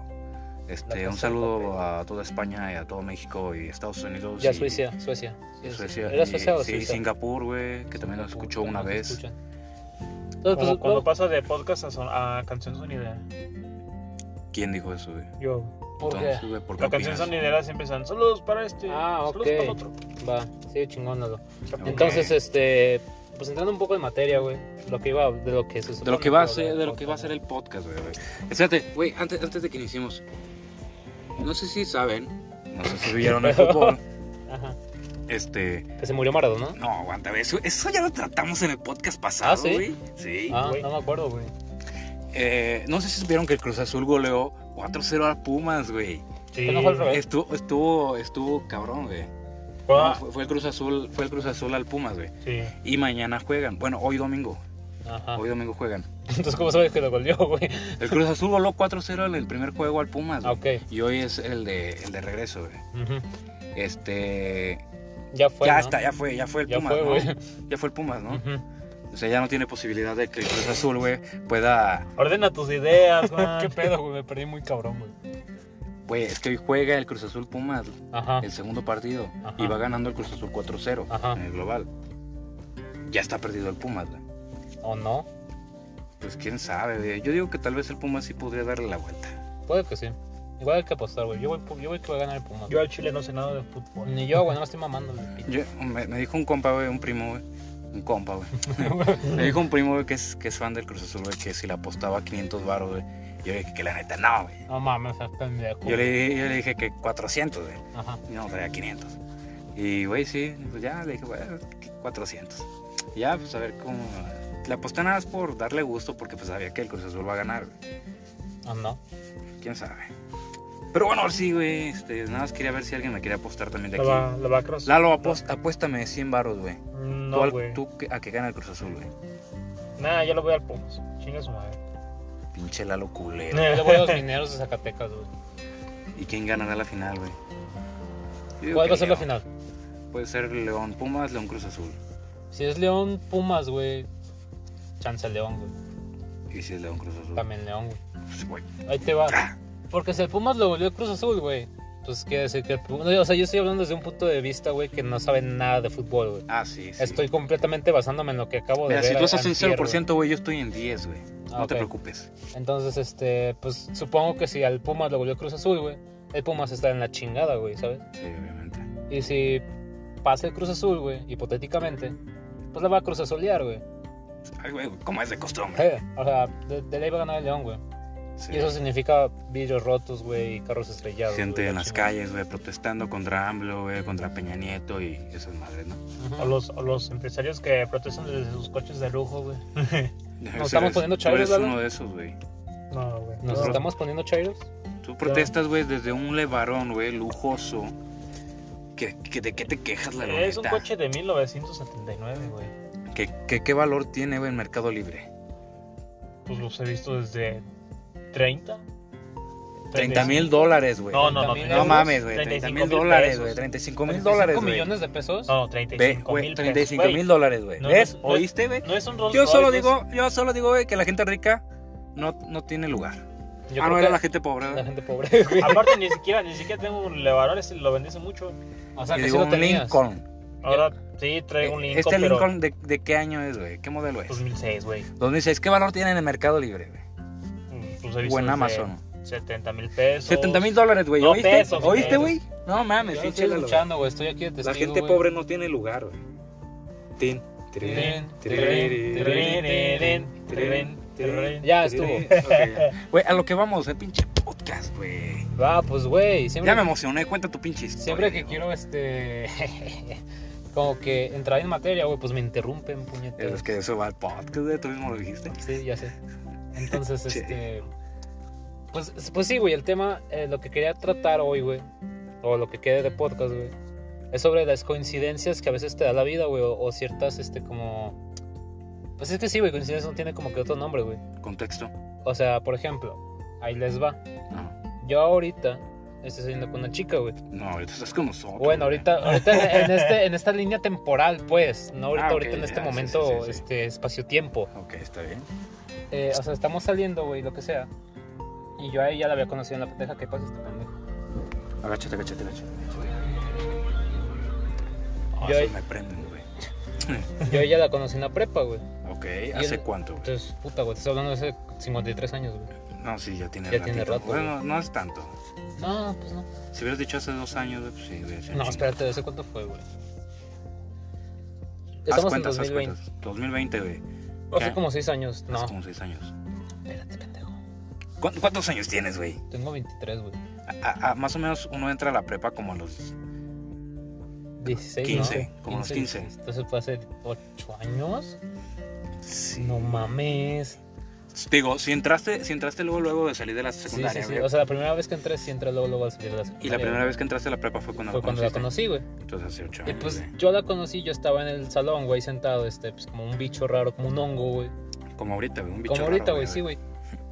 [SPEAKER 2] La
[SPEAKER 4] Este,
[SPEAKER 2] Casa
[SPEAKER 4] un
[SPEAKER 2] de
[SPEAKER 4] saludo a toda España y a todo México y Estados Unidos.
[SPEAKER 2] Ya
[SPEAKER 4] y-
[SPEAKER 2] Suecia, Suecia.
[SPEAKER 4] y
[SPEAKER 2] Sí,
[SPEAKER 4] Suecia.
[SPEAKER 2] ¿Era
[SPEAKER 4] y-
[SPEAKER 2] Suecia o
[SPEAKER 4] sí,
[SPEAKER 2] Suiza?
[SPEAKER 4] Singapur, güey, que también nos escuchó
[SPEAKER 2] También
[SPEAKER 4] una
[SPEAKER 2] nos
[SPEAKER 4] vez.
[SPEAKER 2] escuchan. Entonces, pues,
[SPEAKER 3] Como cuando
[SPEAKER 2] ¿por-
[SPEAKER 3] pasa de podcast a, son- a canción sonidera.
[SPEAKER 4] ¿Quién dijo eso, güey?
[SPEAKER 3] Yo.
[SPEAKER 2] ¿por qué?
[SPEAKER 4] Entonces, güey, ¿por qué
[SPEAKER 3] La canción
[SPEAKER 4] opinas?
[SPEAKER 3] sonidera siempre son saludos para este,
[SPEAKER 2] Ah,
[SPEAKER 3] saludos
[SPEAKER 2] ok.
[SPEAKER 3] para el otro.
[SPEAKER 2] Va, sí, chingónalo.
[SPEAKER 4] Ok.
[SPEAKER 2] Entonces, este, pues entrando un poco en materia, güey, lo que iba, de lo que se
[SPEAKER 4] De
[SPEAKER 2] supone
[SPEAKER 4] lo que va a
[SPEAKER 2] iba
[SPEAKER 4] ser,
[SPEAKER 2] hablar,
[SPEAKER 4] de lo que va a ser el podcast, güey. güey. Espérate, güey, antes, antes de que iniciemos. No sé si saben, no sé si vieron el fútbol.
[SPEAKER 2] Ajá.
[SPEAKER 4] Este,
[SPEAKER 2] Que se murió Maradona, ¿no?
[SPEAKER 4] no, aguanta, güey, eso, eso ya lo tratamos en el podcast pasado,
[SPEAKER 2] ¿sí?
[SPEAKER 4] güey. Sí.
[SPEAKER 2] Ah,
[SPEAKER 3] güey.
[SPEAKER 2] no me acuerdo, güey.
[SPEAKER 4] Eh, no sé si supieron que el Cruz Azul goleó 4-0 a Pumas, güey.
[SPEAKER 3] Sí.
[SPEAKER 2] Que no fue al revés.
[SPEAKER 4] Estuvo, estuvo, estuvo cabrón, güey. No,
[SPEAKER 3] Ah,
[SPEAKER 4] fue, fue el Cruz Azul, fue el Cruz Azul al Pumas, güey.
[SPEAKER 3] sí.
[SPEAKER 4] Y mañana juegan. Bueno, hoy domingo.
[SPEAKER 2] Ajá.
[SPEAKER 4] Hoy domingo juegan.
[SPEAKER 2] Entonces, ¿cómo sabes que lo golpeó, güey?
[SPEAKER 4] El Cruz Azul voló 4-0 en el primer juego al Pumas,
[SPEAKER 2] Ah,
[SPEAKER 4] güey.
[SPEAKER 2] ok.
[SPEAKER 4] Y hoy es el de, el de regreso, güey.
[SPEAKER 2] Ujú.
[SPEAKER 4] Este.
[SPEAKER 2] Ya fue,
[SPEAKER 4] ya
[SPEAKER 2] ¿no?
[SPEAKER 4] está, ya fue, ya fue el
[SPEAKER 2] Ya
[SPEAKER 4] Pumas,
[SPEAKER 2] fue,
[SPEAKER 4] ¿no?
[SPEAKER 2] güey.
[SPEAKER 4] Ya fue el Pumas, ¿no?
[SPEAKER 2] Ujú.
[SPEAKER 4] O sea, ya no tiene posibilidad de que el Cruz Azul, güey, pueda.
[SPEAKER 3] Ordena tus ideas,
[SPEAKER 2] ¿Qué
[SPEAKER 3] Juan.
[SPEAKER 2] pedo, güey? Me perdí muy cabrón, güey.
[SPEAKER 4] Güey, es que hoy juega el Cruz Azul Pumas,
[SPEAKER 2] Ajá.
[SPEAKER 4] el segundo partido
[SPEAKER 2] Ajá.
[SPEAKER 4] y va ganando el Cruz Azul 4-0
[SPEAKER 2] Ajá.
[SPEAKER 4] en el global. Ya está perdido el Pumas, güey.
[SPEAKER 2] ¿O no?
[SPEAKER 4] Pues quién sabe, güey. Yo digo que tal vez el Pumas sí podría darle la vuelta.
[SPEAKER 2] Puede que sí. Igual hay que apostar, güey. Yo voy, pu- yo voy que va a ganar el Pumas.
[SPEAKER 3] Yo al chile no sé nada de fútbol.
[SPEAKER 2] Ni yo, güey, no me estoy mamando. güey.
[SPEAKER 4] Yo- me, me dijo un compa, güey, un primo, güey. Un compa, güey. me dijo un primo, güey, que es, que es fan del Cruz Azul, güey, que si le apostaba 500 baros, güey. Yo le dije que la neta no, güey.
[SPEAKER 2] No mames, estás pendejo.
[SPEAKER 4] Yo le, yo le dije que 400, güey.
[SPEAKER 2] Ajá.
[SPEAKER 4] Y no, traía 500. Y, güey, sí, pues ya, le dije, güey, 400. Y ya, pues a ver cómo... Le aposté nada más por darle gusto porque pues sabía que el Cruz Azul va a ganar, güey.
[SPEAKER 2] ¿O no?
[SPEAKER 4] quién sabe. Pero bueno, ahora sí, güey, este, nada más quería ver si alguien me quería apostar también de
[SPEAKER 3] La
[SPEAKER 4] aquí.
[SPEAKER 3] va, la va a cross.
[SPEAKER 4] Lalo, apos- apuéstame 100 baros, güey. Tú
[SPEAKER 3] No,
[SPEAKER 4] al-
[SPEAKER 3] güey.
[SPEAKER 4] Tú, que- a que gana el Cruz Azul, güey.
[SPEAKER 3] Nah, ya lo voy al Pumas. Chinga su madre.
[SPEAKER 4] Pinche Lalo culero.
[SPEAKER 2] Yo le voy a los mineros de Zacatecas, güey.
[SPEAKER 4] ¿Y quién ganará la final, güey? Yo digo
[SPEAKER 2] ¿Cuál
[SPEAKER 4] que
[SPEAKER 2] va a ser la
[SPEAKER 4] León.
[SPEAKER 2] final?
[SPEAKER 4] Puede ser León Pumas, León Cruz Azul.
[SPEAKER 2] Si es León Pumas, güey. Chance León, güey.
[SPEAKER 4] Y si es León Cruz Azul.
[SPEAKER 2] También León, güey.
[SPEAKER 4] Pues, güey.
[SPEAKER 2] Ahí te va. Porque si el Pumas lo volvió Cruz Azul, güey. pues quiere decir que... O sea, yo estoy hablando desde un punto de vista, güey, que no saben nada de fútbol, güey.
[SPEAKER 4] Ah, sí, sí.
[SPEAKER 2] Estoy completamente basándome en lo que acabo de
[SPEAKER 4] Mira,
[SPEAKER 2] ver.
[SPEAKER 4] si tú estás en
[SPEAKER 2] antier, güey.
[SPEAKER 4] 0%, güey, yo estoy en 10, güey. No
[SPEAKER 2] Ah,
[SPEAKER 4] te
[SPEAKER 2] ok.
[SPEAKER 4] preocupes.
[SPEAKER 2] Entonces, este, pues supongo que si al Pumas lo volvió Cruz Azul, güey, el Pumas está en la chingada, güey, ¿sabes?
[SPEAKER 4] Sí, obviamente.
[SPEAKER 2] Y si pasa el Cruz Azul, güey, hipotéticamente, pues la va a Cruz Azulear, güey.
[SPEAKER 4] Ay, güey, como es de costumbre.
[SPEAKER 2] Eh, O sea, de, de ley va a ganar el León, güey.
[SPEAKER 4] Sí.
[SPEAKER 2] Y eso significa vidrios rotos, güey, y carros estrellados.
[SPEAKER 4] Este, Gente
[SPEAKER 2] güey,
[SPEAKER 4] en
[SPEAKER 2] la
[SPEAKER 4] las
[SPEAKER 2] chingada.
[SPEAKER 4] calles, güey, protestando contra AMLO, güey, contra Peña Nieto y esas madres, ¿no?
[SPEAKER 2] Ujú.
[SPEAKER 3] O los, o los empresarios que protestan desde sus coches de lujo, güey.
[SPEAKER 4] Nos
[SPEAKER 2] estamos poniendo chaviros,
[SPEAKER 4] Tú eres
[SPEAKER 2] Lalo.
[SPEAKER 4] uno de esos, güey.
[SPEAKER 3] No, güey.
[SPEAKER 2] Nos
[SPEAKER 3] no.
[SPEAKER 2] estamos poniendo chairos.
[SPEAKER 4] Tú protestas, güey, desde un levarón, güey, lujoso. ¿Qué, qué, de qué te quejas, la
[SPEAKER 3] Es un
[SPEAKER 4] neta?
[SPEAKER 3] coche de 1979, güey.
[SPEAKER 4] ¿Qué, qué, qué valor tiene, güey, en Mercado Libre?
[SPEAKER 3] Pues los he visto desde 30.
[SPEAKER 4] 30 mil dólares, güey.
[SPEAKER 3] No, no, no.
[SPEAKER 2] 30,000
[SPEAKER 4] No mames, güey.
[SPEAKER 3] 35
[SPEAKER 4] 30 mil
[SPEAKER 3] mil
[SPEAKER 4] dólares,
[SPEAKER 3] pesos.
[SPEAKER 4] güey. 35 mil dólares,
[SPEAKER 2] 5
[SPEAKER 4] güey. Ah,
[SPEAKER 2] millones de pesos.
[SPEAKER 3] No,
[SPEAKER 4] Ve,
[SPEAKER 3] 35
[SPEAKER 4] güey,
[SPEAKER 3] mil
[SPEAKER 4] 35 mil dólares, güey.
[SPEAKER 3] No,
[SPEAKER 4] ¿Ves?
[SPEAKER 3] no, no.
[SPEAKER 4] ¿Oíste, güey?
[SPEAKER 3] No es un Rolls
[SPEAKER 4] Yo solo
[SPEAKER 3] Royce,
[SPEAKER 4] digo, yo solo digo, güey, que la gente rica no, no tiene lugar.
[SPEAKER 2] Yo
[SPEAKER 4] ah,
[SPEAKER 2] creo
[SPEAKER 4] no,
[SPEAKER 2] que
[SPEAKER 4] era la gente pobre,
[SPEAKER 2] la
[SPEAKER 4] güey.
[SPEAKER 2] gente pobre, güey.
[SPEAKER 3] es- Aparte, ni siquiera, ni siquiera tengo un Levarón, ese lo vendí hace mucho.
[SPEAKER 2] O sea,
[SPEAKER 4] Y
[SPEAKER 2] que sí
[SPEAKER 4] digo,
[SPEAKER 2] lo
[SPEAKER 4] un
[SPEAKER 2] tenías.
[SPEAKER 4] Lincoln.
[SPEAKER 3] Ahora sí traigo un Lincoln,
[SPEAKER 4] este
[SPEAKER 3] pero Pues
[SPEAKER 4] Lincoln, de, de qué año es, güey? ¿Qué modelo es?
[SPEAKER 3] 2006, güey.
[SPEAKER 4] 2006. ¿Qué valor tiene en el Mercado Libre, güey?
[SPEAKER 3] Mm, Pues he visto
[SPEAKER 4] O en
[SPEAKER 3] desde
[SPEAKER 4] Amazon.
[SPEAKER 3] 70 mil pesos.
[SPEAKER 4] 70 mil dólares, güey.
[SPEAKER 3] No,
[SPEAKER 4] ¿Oíste?
[SPEAKER 3] pesos,
[SPEAKER 4] ¿Oíste,
[SPEAKER 3] pesos.
[SPEAKER 4] güey? No mames,
[SPEAKER 2] Yo
[SPEAKER 4] sí,
[SPEAKER 2] lo estoy
[SPEAKER 4] chécalo, güey.
[SPEAKER 2] escuchando, güey. Estoy aquí de testigo,
[SPEAKER 4] La gente
[SPEAKER 2] güey.
[SPEAKER 4] pobre no tiene lugar, güey. Tin, tirin,
[SPEAKER 2] Tirin,
[SPEAKER 4] tirin, tirin,
[SPEAKER 3] Tererén, tererén, tererén.
[SPEAKER 2] Ya
[SPEAKER 4] tirin.
[SPEAKER 2] estuvo.
[SPEAKER 4] Ok, ya. Güey, a lo que vamos, el pinche podcast, güey.
[SPEAKER 2] Va, pues, güey. Siempre,
[SPEAKER 4] Ya me emocioné, cuenta tu pinche historia,
[SPEAKER 2] siempre que
[SPEAKER 4] güey.
[SPEAKER 2] quiero, este. como que entrar en materia, güey, pues me interrumpen, puñetas.
[SPEAKER 4] Es que eso va al podcast, güey, tú mismo lo dijiste.
[SPEAKER 2] Sí, ya sé. Entonces,
[SPEAKER 4] Sí.
[SPEAKER 2] este. Pues, pues sí, güey, el tema, eh, lo que quería tratar hoy, güey, o lo que quede de podcast, güey, es sobre las coincidencias que a veces te da la vida, güey, o, o ciertas, este, como. Pues es que sí, güey, coincidencia no tiene como que otro nombre, güey.
[SPEAKER 4] Contexto.
[SPEAKER 2] O sea, por ejemplo, ahí les va.
[SPEAKER 4] No,
[SPEAKER 2] Yo ahorita estoy saliendo con una chica, güey.
[SPEAKER 4] no, ahorita estás con nosotros.
[SPEAKER 2] Bueno,
[SPEAKER 4] güey.
[SPEAKER 2] ahorita, ahorita en, este, en esta línea temporal, pues, no ahorita,
[SPEAKER 4] Ah, ok,
[SPEAKER 2] ahorita en
[SPEAKER 4] ya,
[SPEAKER 2] este
[SPEAKER 4] sí,
[SPEAKER 2] momento,
[SPEAKER 4] sí, sí, sí.
[SPEAKER 2] este espacio-tiempo.
[SPEAKER 4] Ok, está bien.
[SPEAKER 2] Eh, o sea, estamos saliendo, güey, lo que sea. Y yo a ella la había conocido en la pendeja. ¿Qué pasa este pendejo?
[SPEAKER 4] Agáchate, agáchate, agáchate.
[SPEAKER 2] Yo-
[SPEAKER 4] Yo... me prenden, güey.
[SPEAKER 2] Yo a ella la conocí en la prepa, güey.
[SPEAKER 4] Ok, ¿hace
[SPEAKER 2] el-
[SPEAKER 4] cuánto, güey?
[SPEAKER 2] Entonces, puta, güey, estás hablando de hace 53 años, güey.
[SPEAKER 4] No, sí, ya tiene
[SPEAKER 2] Ya tiene
[SPEAKER 4] ratito.
[SPEAKER 2] rato,
[SPEAKER 4] Bueno, no es tanto.
[SPEAKER 2] No, pues no.
[SPEAKER 4] Si hubieras dicho hace dos años, güey, pues sí, hubiera sido
[SPEAKER 2] No,
[SPEAKER 4] chingón.
[SPEAKER 2] espérate, ¿de hace cuánto fue, güey?
[SPEAKER 4] Haz
[SPEAKER 2] Estamos
[SPEAKER 4] cuentas,
[SPEAKER 2] en
[SPEAKER 4] haz
[SPEAKER 2] 2020.
[SPEAKER 4] cuentas. 2020, güey.
[SPEAKER 2] Hace
[SPEAKER 4] Ya.
[SPEAKER 2] como 6 años. No,
[SPEAKER 4] Hace como seis años.
[SPEAKER 2] espérate, pendejo.
[SPEAKER 4] ¿Cu- ¿Cuántos años tienes, güey?
[SPEAKER 2] Tengo 23, güey.
[SPEAKER 4] A- a- a- más o menos uno entra a la prepa como a los...
[SPEAKER 2] 16,
[SPEAKER 4] 15,
[SPEAKER 2] ¿no?
[SPEAKER 4] como los 15.
[SPEAKER 2] Entonces fue hace 8 años.
[SPEAKER 4] Sí.
[SPEAKER 2] No mames.
[SPEAKER 4] Digo, si entraste, si entraste luego, luego de salir de la
[SPEAKER 2] Sí,
[SPEAKER 4] secundaria,
[SPEAKER 2] sí, sí.
[SPEAKER 4] güey,
[SPEAKER 2] O sea, la primera vez que entré, sí entré luego, luego al salir de la
[SPEAKER 4] Y la
[SPEAKER 2] secundaria,
[SPEAKER 4] primera
[SPEAKER 2] güey.
[SPEAKER 4] vez que entraste a la prepa fue cuando,
[SPEAKER 2] fue
[SPEAKER 4] la
[SPEAKER 2] cuando la
[SPEAKER 4] conociste.
[SPEAKER 2] conocí, güey.
[SPEAKER 4] Entonces hace ocho
[SPEAKER 2] Y
[SPEAKER 4] años.
[SPEAKER 2] pues
[SPEAKER 4] güey.
[SPEAKER 2] yo la conocí, yo estaba en el salón, güey, sentado, este, pues como un bicho raro, como un hongo, güey.
[SPEAKER 4] Como ahorita, güey, un bicho
[SPEAKER 2] Como ahorita,
[SPEAKER 4] raro,
[SPEAKER 2] güey, sí, güey.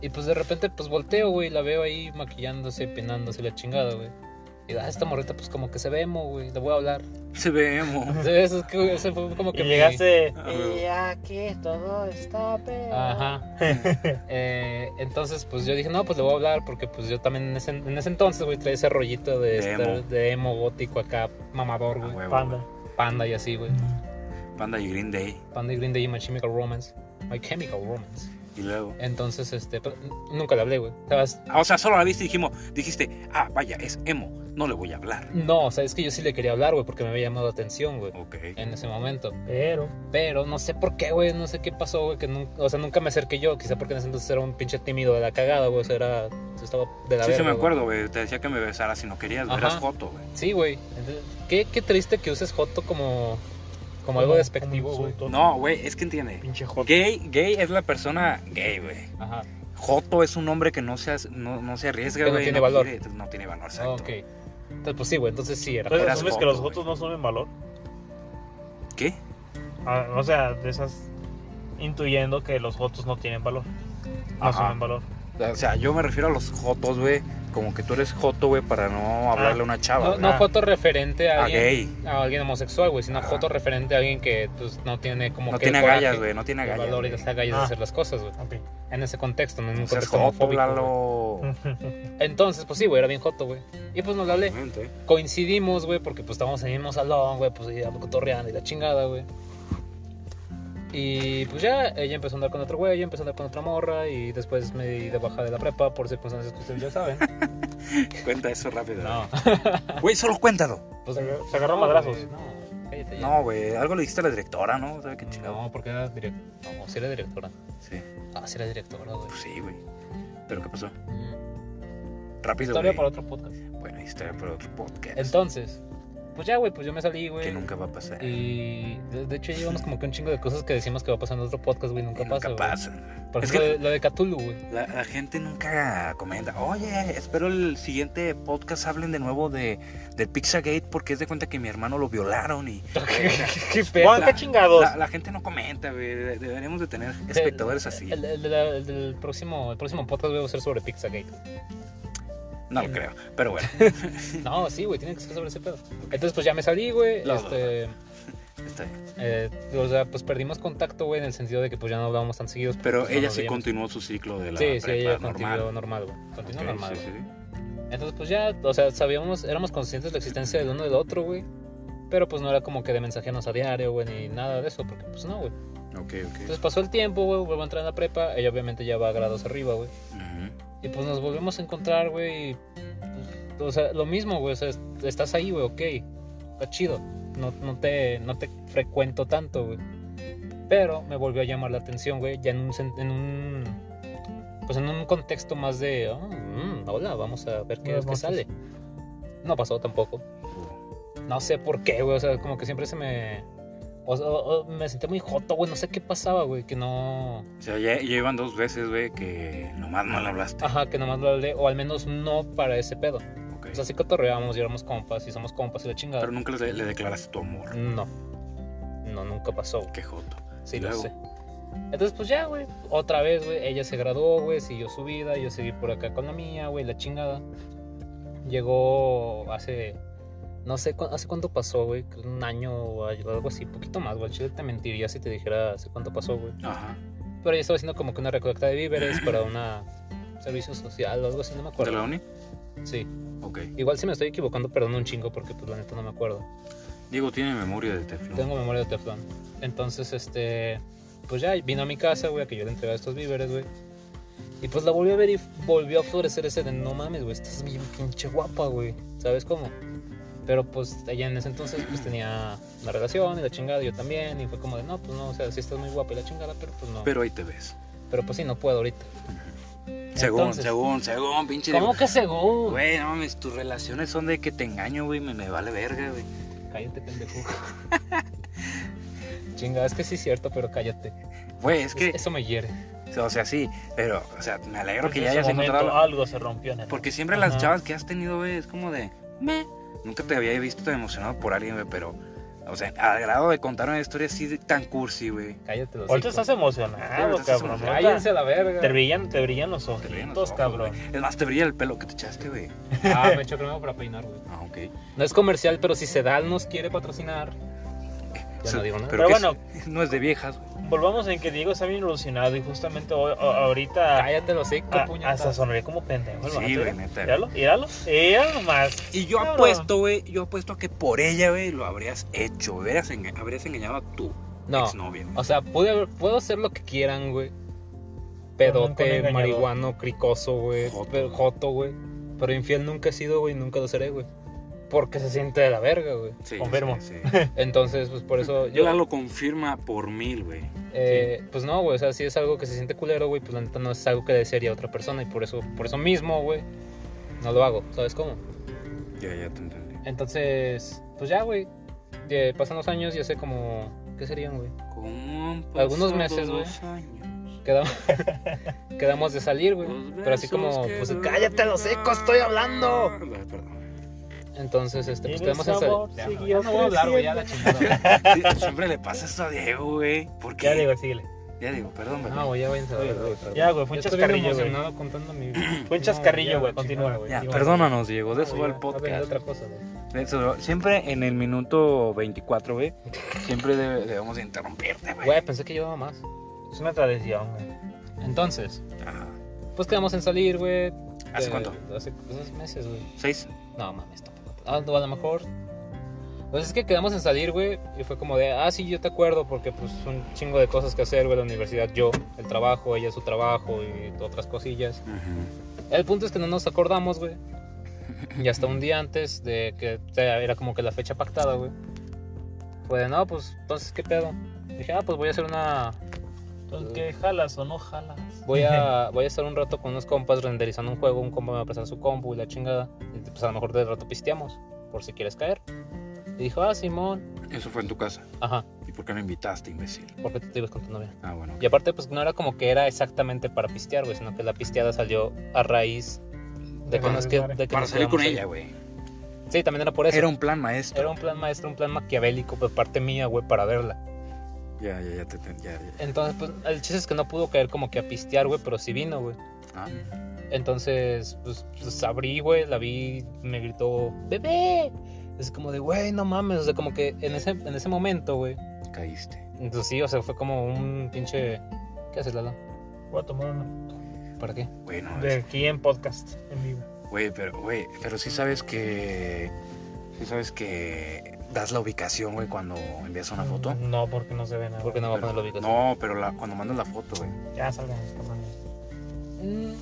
[SPEAKER 2] Y pues de repente, pues volteo, güey, la veo ahí maquillándose, peinándose la chingada, güey. Y digo, ah, esta morrita, pues como que se ve emo, güey, le voy a hablar.
[SPEAKER 4] Se ve emo.
[SPEAKER 2] Entonces, eso, es que- eso fue como
[SPEAKER 3] Y
[SPEAKER 2] que mi-
[SPEAKER 3] llegaste.
[SPEAKER 4] Ah, güey.
[SPEAKER 3] Y aquí todo está peor.
[SPEAKER 2] Ajá. Eh, entonces, pues yo dije, no, pues le voy a hablar, porque pues yo también en ese, en ese entonces, güey, traía ese rollito de,
[SPEAKER 4] De
[SPEAKER 2] estar-
[SPEAKER 4] emo.
[SPEAKER 2] de emo gótico acá, mamador,
[SPEAKER 4] Ah,
[SPEAKER 2] güey.
[SPEAKER 4] huevo,
[SPEAKER 3] Panda.
[SPEAKER 2] Panda y así, güey.
[SPEAKER 4] güey. Panda y Green Day.
[SPEAKER 2] Panda y Green Day y My Chemical Romance. My Chemical Romance.
[SPEAKER 4] Y luego...
[SPEAKER 2] Entonces, este, pero nunca le hablé, güey. O sea, es-
[SPEAKER 4] Ah, o sea, solo la viste y dijimos, dijiste, ah, vaya, es emo, no le voy a hablar.
[SPEAKER 2] No, o sea, es que yo sí le quería hablar, güey, porque me había llamado la atención, güey,
[SPEAKER 4] Ok.
[SPEAKER 2] en ese momento.
[SPEAKER 3] Pero.
[SPEAKER 2] Pero no sé por qué, güey, no sé qué pasó, güey, que nunca, o sea, nunca me acerqué yo, quizá porque en ese entonces era un pinche tímido de la cagada, güey, o sea, era, yo estaba de la
[SPEAKER 4] Sí, sí
[SPEAKER 2] verga,
[SPEAKER 4] me
[SPEAKER 2] güey.
[SPEAKER 4] acuerdo, güey. Te decía que me besara si no querías,
[SPEAKER 2] Ajá.
[SPEAKER 4] verás foto, güey.
[SPEAKER 2] Sí, güey. Entonces, Qué, qué triste que uses Joto como, como algo despectivo, güey.
[SPEAKER 4] No, güey, es que entiende.
[SPEAKER 3] Pinche joto.
[SPEAKER 4] Gay, gay es la persona gay, güey.
[SPEAKER 2] Ajá,
[SPEAKER 4] Joto es un hombre que no se, as- no, no se arriesga,
[SPEAKER 2] Que no
[SPEAKER 4] güey.
[SPEAKER 2] tiene valor.
[SPEAKER 4] quiere- pues, no tiene valor,
[SPEAKER 2] Ah,
[SPEAKER 4] exacto.
[SPEAKER 2] ok. Entonces, pues sí, güey, entonces sí era.
[SPEAKER 3] Entonces
[SPEAKER 4] Eras
[SPEAKER 3] asumes
[SPEAKER 4] joto,
[SPEAKER 3] que los
[SPEAKER 4] güey.
[SPEAKER 3] jotos no suben valor.
[SPEAKER 4] ¿Qué?
[SPEAKER 3] Ah, o sea, de esas. Intuyendo que los jotos no tienen valor. No
[SPEAKER 4] Ajá.
[SPEAKER 3] suben valor.
[SPEAKER 4] O sea, yo me refiero a los jotos, güey, como que tú eres joto, güey, para no hablarle a una chava.
[SPEAKER 2] Ah. No, no
[SPEAKER 4] ¿verdad?
[SPEAKER 2] foto referente a
[SPEAKER 4] A
[SPEAKER 2] alguien,
[SPEAKER 4] gay.
[SPEAKER 2] a alguien homosexual, güey, sino
[SPEAKER 4] Ajá.
[SPEAKER 2] foto referente a alguien que pues, no tiene como
[SPEAKER 4] No
[SPEAKER 2] que el
[SPEAKER 4] tiene
[SPEAKER 2] coraje,
[SPEAKER 4] agallas, güey, no tiene
[SPEAKER 2] el
[SPEAKER 4] agallas.
[SPEAKER 2] valor y las agallas de
[SPEAKER 3] Ah.
[SPEAKER 2] hacer las cosas, güey.
[SPEAKER 3] Ok.
[SPEAKER 2] En ese contexto, no en un
[SPEAKER 4] Ser
[SPEAKER 2] contexto
[SPEAKER 4] joto,
[SPEAKER 2] homofóbico.
[SPEAKER 4] Lalo.
[SPEAKER 3] Mm.
[SPEAKER 2] güey. Entonces, pues sí, güey, era bien joto, güey. Y pues nos la hablé.
[SPEAKER 1] Obviamente.
[SPEAKER 2] coincidimos, güey, porque pues estábamos en el mismo salón, güey, pues ya cotorreando y la chingada, güey. Y pues ya, ella empezó a andar con otro güey, yo empecé a andar con otra morra y después me di de baja de la prepa por circunstancias que ustedes ya saben.
[SPEAKER 4] Cuenta eso rápido.
[SPEAKER 2] No,
[SPEAKER 4] Güey, solo cuéntalo.
[SPEAKER 2] pues,
[SPEAKER 3] Se agar- se agarró
[SPEAKER 2] no,
[SPEAKER 3] madrazos.
[SPEAKER 2] güey, No, cállate ya.
[SPEAKER 4] No, güey, algo le dijiste a la directora, ¿no? ¿Sabe qué chingado?
[SPEAKER 2] No, porque era directora. No, sí era directora.
[SPEAKER 4] Sí,
[SPEAKER 2] Ah, sí era directora, güey.
[SPEAKER 4] pues sí, güey. ¿Pero qué pasó?
[SPEAKER 2] Mm,
[SPEAKER 4] Rápido,
[SPEAKER 2] Historia
[SPEAKER 4] güey.
[SPEAKER 2] para otro podcast.
[SPEAKER 4] Bueno, historia para otro podcast.
[SPEAKER 2] Entonces, pues ya, güey, pues yo me salí,
[SPEAKER 4] que
[SPEAKER 2] güey.
[SPEAKER 4] nunca va a pasar.
[SPEAKER 2] Y de, de hecho ya llevamos como que un chingo de cosas que decimos que va a pasar en otro podcast, güey, nunca
[SPEAKER 4] Que
[SPEAKER 2] pasa,
[SPEAKER 4] nunca
[SPEAKER 2] güey.
[SPEAKER 4] pasa.
[SPEAKER 2] Por
[SPEAKER 4] Es
[SPEAKER 2] ejemplo,
[SPEAKER 4] que-
[SPEAKER 2] lo de- lo de Cthulhu, güey.
[SPEAKER 4] La, la gente nunca comenta. Oye, espero el siguiente podcast hablen de nuevo de, del Pizzagate porque es de cuenta que mi hermano lo violaron y.
[SPEAKER 2] ¿Qué, qué pedo?
[SPEAKER 3] Juan, qué chingados.
[SPEAKER 4] La, la gente no comenta, güey. De- Deberíamos de tener espectadores así.
[SPEAKER 2] El, el de la- el del próximo, el próximo podcast voy a hacer sobre Pizzagate.
[SPEAKER 4] No lo creo. Pero bueno,
[SPEAKER 2] No, sí, güey, tiene que ser sobre ese pedo. Entonces, pues ya me salí, güey.
[SPEAKER 4] No, no,
[SPEAKER 2] este,
[SPEAKER 4] está bien.
[SPEAKER 2] eh, o sea, pues perdimos contacto, güey, en el sentido de que pues ya no hablábamos tan seguidos. porque,
[SPEAKER 4] Pero
[SPEAKER 2] pues, no
[SPEAKER 4] ella
[SPEAKER 2] nos
[SPEAKER 4] sí
[SPEAKER 2] veíamos.
[SPEAKER 4] continuó su ciclo de la
[SPEAKER 2] Sí, sí,
[SPEAKER 4] prepa
[SPEAKER 2] ella
[SPEAKER 4] normal.
[SPEAKER 2] continuó normal, güey. Continuó
[SPEAKER 4] Ok,
[SPEAKER 2] normal,
[SPEAKER 4] sí,
[SPEAKER 2] güey.
[SPEAKER 4] sí, sí.
[SPEAKER 2] Entonces, pues ya, o sea, sabíamos, éramos conscientes de la existencia del uno del otro, güey. Pero pues no era como que de mensajearnos a diario, güey, ni nada de eso, porque pues no, güey.
[SPEAKER 4] Ok, ok.
[SPEAKER 2] Entonces pasó el tiempo, güey, vuelvo a entrar en la prepa. Ella obviamente ya va a grados arriba, güey.
[SPEAKER 4] Ujú.
[SPEAKER 2] Y pues nos volvemos a encontrar, güey. y, pues, O sea, lo mismo, güey. O sea, est- estás ahí, güey, ok. Está chido. No, no, te, no te frecuento tanto, güey. Pero me volvió a llamar la atención, güey. Ya en un, sen- en un. Pues en un contexto más de. "Ah, mm, hola, vamos a ver qué
[SPEAKER 3] Buenas
[SPEAKER 2] es que
[SPEAKER 3] noches.
[SPEAKER 2] sale. No pasó tampoco. No sé por qué, güey. O sea, como que siempre se me. O, o- o me sentí muy joto, güey. No sé qué pasaba, güey. Que no.
[SPEAKER 4] O sea, ya, ya iban dos veces, güey, que nomás no le hablaste.
[SPEAKER 2] Ajá, que nomás lo hablé. O al menos no para ese pedo.
[SPEAKER 4] Ok.
[SPEAKER 2] O sea, sí cotorreamos y éramos compas y somos compas y la
[SPEAKER 4] Pero
[SPEAKER 2] chingada.
[SPEAKER 4] nunca le, le declaraste tu amor.
[SPEAKER 2] No. Mm, No, nunca pasó. güey.
[SPEAKER 4] Qué joto.
[SPEAKER 2] Sí,
[SPEAKER 4] ¿Y
[SPEAKER 2] lo
[SPEAKER 4] luego?
[SPEAKER 2] sé. Entonces, pues ya, güey. Otra vez, güey. Ella se graduó, güey. Siguió su vida. Yo seguí por acá con la mía, güey. La chingada. Llegó hace. No sé cu- hace cuánto pasó, güey. que Un año o algo así. Poquito más, güey. al Chile te mentiría si te dijera hace cuánto pasó, güey.
[SPEAKER 4] Ajá.
[SPEAKER 2] Pero ella estaba haciendo como que una recolecta de víveres para una. Servicio social o algo así, no me
[SPEAKER 4] ¿De la
[SPEAKER 2] acuerdo.
[SPEAKER 4] uni?
[SPEAKER 2] Sí.
[SPEAKER 4] Ok.
[SPEAKER 2] Igual si me estoy equivocando, perdón un chingo porque pues la neta no me acuerdo.
[SPEAKER 4] Diego tiene memoria de teflón.
[SPEAKER 2] Tengo memoria de teflón. Entonces, este, pues ya vino a mi casa, güey, a que yo le entregaba estos víveres, güey. Y pues la volví a ver y volvió a florecer ese de no mames, güey, estás bien pinche guapa, güey. ¿Sabes cómo? Pero pues ella en ese entonces pues tenía una relación y la chingada, yo también. Y fue como de, no, pues no, o sea, sí estás muy guapa y la chingada, pero pues no. Pero,
[SPEAKER 4] Pero ahí te ves.
[SPEAKER 2] pues sí, no puedo ahorita.
[SPEAKER 4] Según,
[SPEAKER 2] Entonces-
[SPEAKER 4] según, según, pinche
[SPEAKER 2] ¿Cómo
[SPEAKER 4] Diego.
[SPEAKER 2] que según?
[SPEAKER 4] Güey, no mames, tus relaciones son de que te engaño, güey, me, me vale verga, güey.
[SPEAKER 2] Cállate, pendejo. Chinga, es que sí es cierto, pero cállate.
[SPEAKER 4] Güey, es que,
[SPEAKER 2] Eso me hiere.
[SPEAKER 4] o sea, sí, pero, o sea, me alegro que
[SPEAKER 3] En
[SPEAKER 4] ya
[SPEAKER 3] ese
[SPEAKER 4] hayas
[SPEAKER 3] momento
[SPEAKER 4] encontrado.
[SPEAKER 3] algo se rompió en el
[SPEAKER 4] Porque siempre las
[SPEAKER 2] Ah. Ajá.
[SPEAKER 4] chavas que has tenido, güey, es como de, me. Nunca te había visto tan emocionado por alguien, güey, pero, o sea, al grado de contar una historia así de, tan cursi, güey.
[SPEAKER 2] Cállate los
[SPEAKER 3] Ahorita estás emocionado,
[SPEAKER 4] Ahorita estás
[SPEAKER 3] cabrón.
[SPEAKER 4] emocionado.
[SPEAKER 3] Ahorita
[SPEAKER 2] Cállense a la verga.
[SPEAKER 3] Te brillan, te brillan los
[SPEAKER 4] Te brillan los
[SPEAKER 3] ojitos,
[SPEAKER 4] ojos,
[SPEAKER 3] cabrón.
[SPEAKER 4] güey. Es más, te brilla el pelo que te echaste, güey.
[SPEAKER 2] Ah, me echo crema para peinar, güey.
[SPEAKER 4] Ah, ok.
[SPEAKER 2] No es comercial, pero si Sedal nos quiere patrocinar,
[SPEAKER 4] O
[SPEAKER 2] ya
[SPEAKER 4] sea,
[SPEAKER 2] no digo nada.
[SPEAKER 4] Pero,
[SPEAKER 3] Pero
[SPEAKER 4] bueno, no es de viejas, güey.
[SPEAKER 3] Volvamos en que Diego está bien ilusionado y justamente hoy- a- ahorita
[SPEAKER 2] Cállate los hocico,
[SPEAKER 3] a- hasta
[SPEAKER 2] puñetas.
[SPEAKER 3] sonreí como pendejo. el
[SPEAKER 4] Sí,
[SPEAKER 3] vato,
[SPEAKER 4] güey,
[SPEAKER 3] mira.
[SPEAKER 4] neta.
[SPEAKER 3] Míralo, míralo. Míralo nomás.
[SPEAKER 4] Y yo
[SPEAKER 3] Claro.
[SPEAKER 4] apuesto, güey, yo apuesto a que por ella, güey, lo habrías hecho. Habrías, enga- habrías engañado a tu
[SPEAKER 2] No,
[SPEAKER 4] exnovia, güey.
[SPEAKER 2] o sea, pude haber- puedo hacer lo que quieran, güey.
[SPEAKER 3] Con un
[SPEAKER 2] Pedote,
[SPEAKER 3] engañador.
[SPEAKER 2] marihuano, cricoso, güey.
[SPEAKER 4] Joto.
[SPEAKER 2] pero- Joto, güey. Pero infiel nunca he sido, güey, nunca lo seré, güey. Porque se siente de la verga, güey.
[SPEAKER 4] Sí,
[SPEAKER 3] confirmo.
[SPEAKER 4] sí,
[SPEAKER 2] Entonces, pues por eso
[SPEAKER 4] sí. Yo
[SPEAKER 2] yo,
[SPEAKER 4] la lo confirma por mil, güey.
[SPEAKER 2] Eh, Pues no, güey, o sea, si es algo que se siente culero, güey, pues la neta no es algo que desearía a otra persona y por eso, por eso mismo, güey, no lo hago, ¿sabes cómo?
[SPEAKER 4] Ya, ya te entendí.
[SPEAKER 2] Entonces, pues ya, güey, eh, pasan los años y hace como, ¿qué serían, güey?
[SPEAKER 4] ¿Cómo han pasado
[SPEAKER 2] Algunos meses, güey.
[SPEAKER 4] los años?
[SPEAKER 2] Quedamos, quedamos de salir, güey,
[SPEAKER 4] Los
[SPEAKER 2] pero así como,
[SPEAKER 4] besos que
[SPEAKER 2] pues
[SPEAKER 4] no
[SPEAKER 2] cállate los
[SPEAKER 4] olvidar.
[SPEAKER 2] ecos, estoy hablando.
[SPEAKER 4] Ah, Perdón.
[SPEAKER 2] Entonces, este, pues
[SPEAKER 3] Eres
[SPEAKER 2] quedamos en
[SPEAKER 3] amor,
[SPEAKER 2] salir. Ya,
[SPEAKER 3] siguió
[SPEAKER 2] no, ya no voy a hablar, güey, ya la chingada.
[SPEAKER 4] Sí, siempre le pasa eso a Diego, güey. ¿Por
[SPEAKER 3] Ya
[SPEAKER 4] qué?
[SPEAKER 3] Diego, síguele.
[SPEAKER 4] Ya digo, perdón, Beto.
[SPEAKER 2] No, güey, ya vayan a
[SPEAKER 3] Oye,
[SPEAKER 2] ver,
[SPEAKER 3] güey,
[SPEAKER 2] güey.
[SPEAKER 3] Ya, güey, fue un
[SPEAKER 2] Yo estoy bien
[SPEAKER 3] chascarrillo, güey.
[SPEAKER 2] emocionado contando mi.
[SPEAKER 3] Fue un
[SPEAKER 2] No,
[SPEAKER 3] chascarrillo,
[SPEAKER 2] ya,
[SPEAKER 3] güey.
[SPEAKER 2] la
[SPEAKER 3] Continúa,
[SPEAKER 2] chingada,
[SPEAKER 3] güey.
[SPEAKER 4] Ya,
[SPEAKER 3] Sí,
[SPEAKER 4] perdónanos, Diego, de
[SPEAKER 2] No,
[SPEAKER 4] eso va
[SPEAKER 2] güey,
[SPEAKER 4] el
[SPEAKER 2] Ah, ya, hablen de
[SPEAKER 4] podcast.
[SPEAKER 2] otra cosa, güey.
[SPEAKER 4] De eso- siempre en el minuto 24, güey, siempre de- debemos de interrumpirte, güey.
[SPEAKER 2] Güey, pensé que llevaba más.
[SPEAKER 3] Es una tradición, güey.
[SPEAKER 2] Entonces,
[SPEAKER 4] Ajá.
[SPEAKER 2] pues quedamos en salir, güey.
[SPEAKER 4] ¿Hace
[SPEAKER 2] de-
[SPEAKER 4] cuánto?
[SPEAKER 2] Hace dos meses, güey.
[SPEAKER 4] ¿Seis?
[SPEAKER 2] No mames, tampoco. Ah, no, a lo mejor. Pues es que quedamos en salir, güey. Y fue como de, ah, sí, yo te acuerdo, porque pues un chingo de cosas que hacer, güey. La universidad, yo, el trabajo, ella, su trabajo y otras cosillas. El punto es que no nos acordamos, güey. Y hasta un día antes de que o sea, era como que la fecha pactada, güey. Fue de, no, pues entonces, ¿qué pedo? Dije, ah, pues voy a hacer una.
[SPEAKER 3] Entonces, ¿qué jalas o no jalas?
[SPEAKER 2] Voy a, voy a estar un rato con unos compas renderizando un juego. Un compa me va a prestar su compu y la chingada. Y pues a lo mejor de rato pisteamos, por si quieres caer. Y dijo, ah, Simón.
[SPEAKER 4] Eso fue en tu casa.
[SPEAKER 2] Ajá,
[SPEAKER 4] ¿Y por qué no invitaste, imbécil?
[SPEAKER 2] porque tú te ibas con tu novia.
[SPEAKER 4] Ah, bueno.
[SPEAKER 2] Y aparte, pues no era como que era exactamente para pistear, güey, sino que la pisteada salió a raíz de que
[SPEAKER 3] Ajá,
[SPEAKER 2] nos que,
[SPEAKER 3] vale.
[SPEAKER 2] de que
[SPEAKER 4] Para
[SPEAKER 2] nos
[SPEAKER 4] salir
[SPEAKER 2] quedamos
[SPEAKER 4] con
[SPEAKER 2] ahí.
[SPEAKER 4] ella, güey.
[SPEAKER 2] Sí, también era por eso.
[SPEAKER 4] Era un plan maestro.
[SPEAKER 2] Era un plan maestro, un plan maquiavélico por parte mía, güey, para verla.
[SPEAKER 4] Ya, ya, ya, te, te- ya, ya.
[SPEAKER 2] Entonces, pues, el chiste es que no pudo caer como que a pistear, güey, pero sí vino, güey.
[SPEAKER 4] Ah,
[SPEAKER 2] Entonces, pues, pues, abrí, güey, la vi, me gritó, ¡bebé! Es como de, güey, no mames, o sea, como que en ese, en ese momento, güey.
[SPEAKER 4] caíste.
[SPEAKER 2] Entonces, sí, o sea, fue como un pinche... ¿Qué haces, Lalo?
[SPEAKER 3] Voy a tomar una.
[SPEAKER 2] ¿Para qué?
[SPEAKER 4] Bueno,
[SPEAKER 3] De aquí en podcast, en vivo.
[SPEAKER 4] güey, pero, güey, pero sí sabes que... Sí sabes que das la ubicación, güey, cuando envías una foto.
[SPEAKER 3] No, porque no se ve nada.
[SPEAKER 2] Porque no va a
[SPEAKER 4] Pero-
[SPEAKER 2] poner la ubicación.
[SPEAKER 4] No, pero la, cuando mandas la foto, güey.
[SPEAKER 3] Ya salgan, cabrones.
[SPEAKER 2] Mm.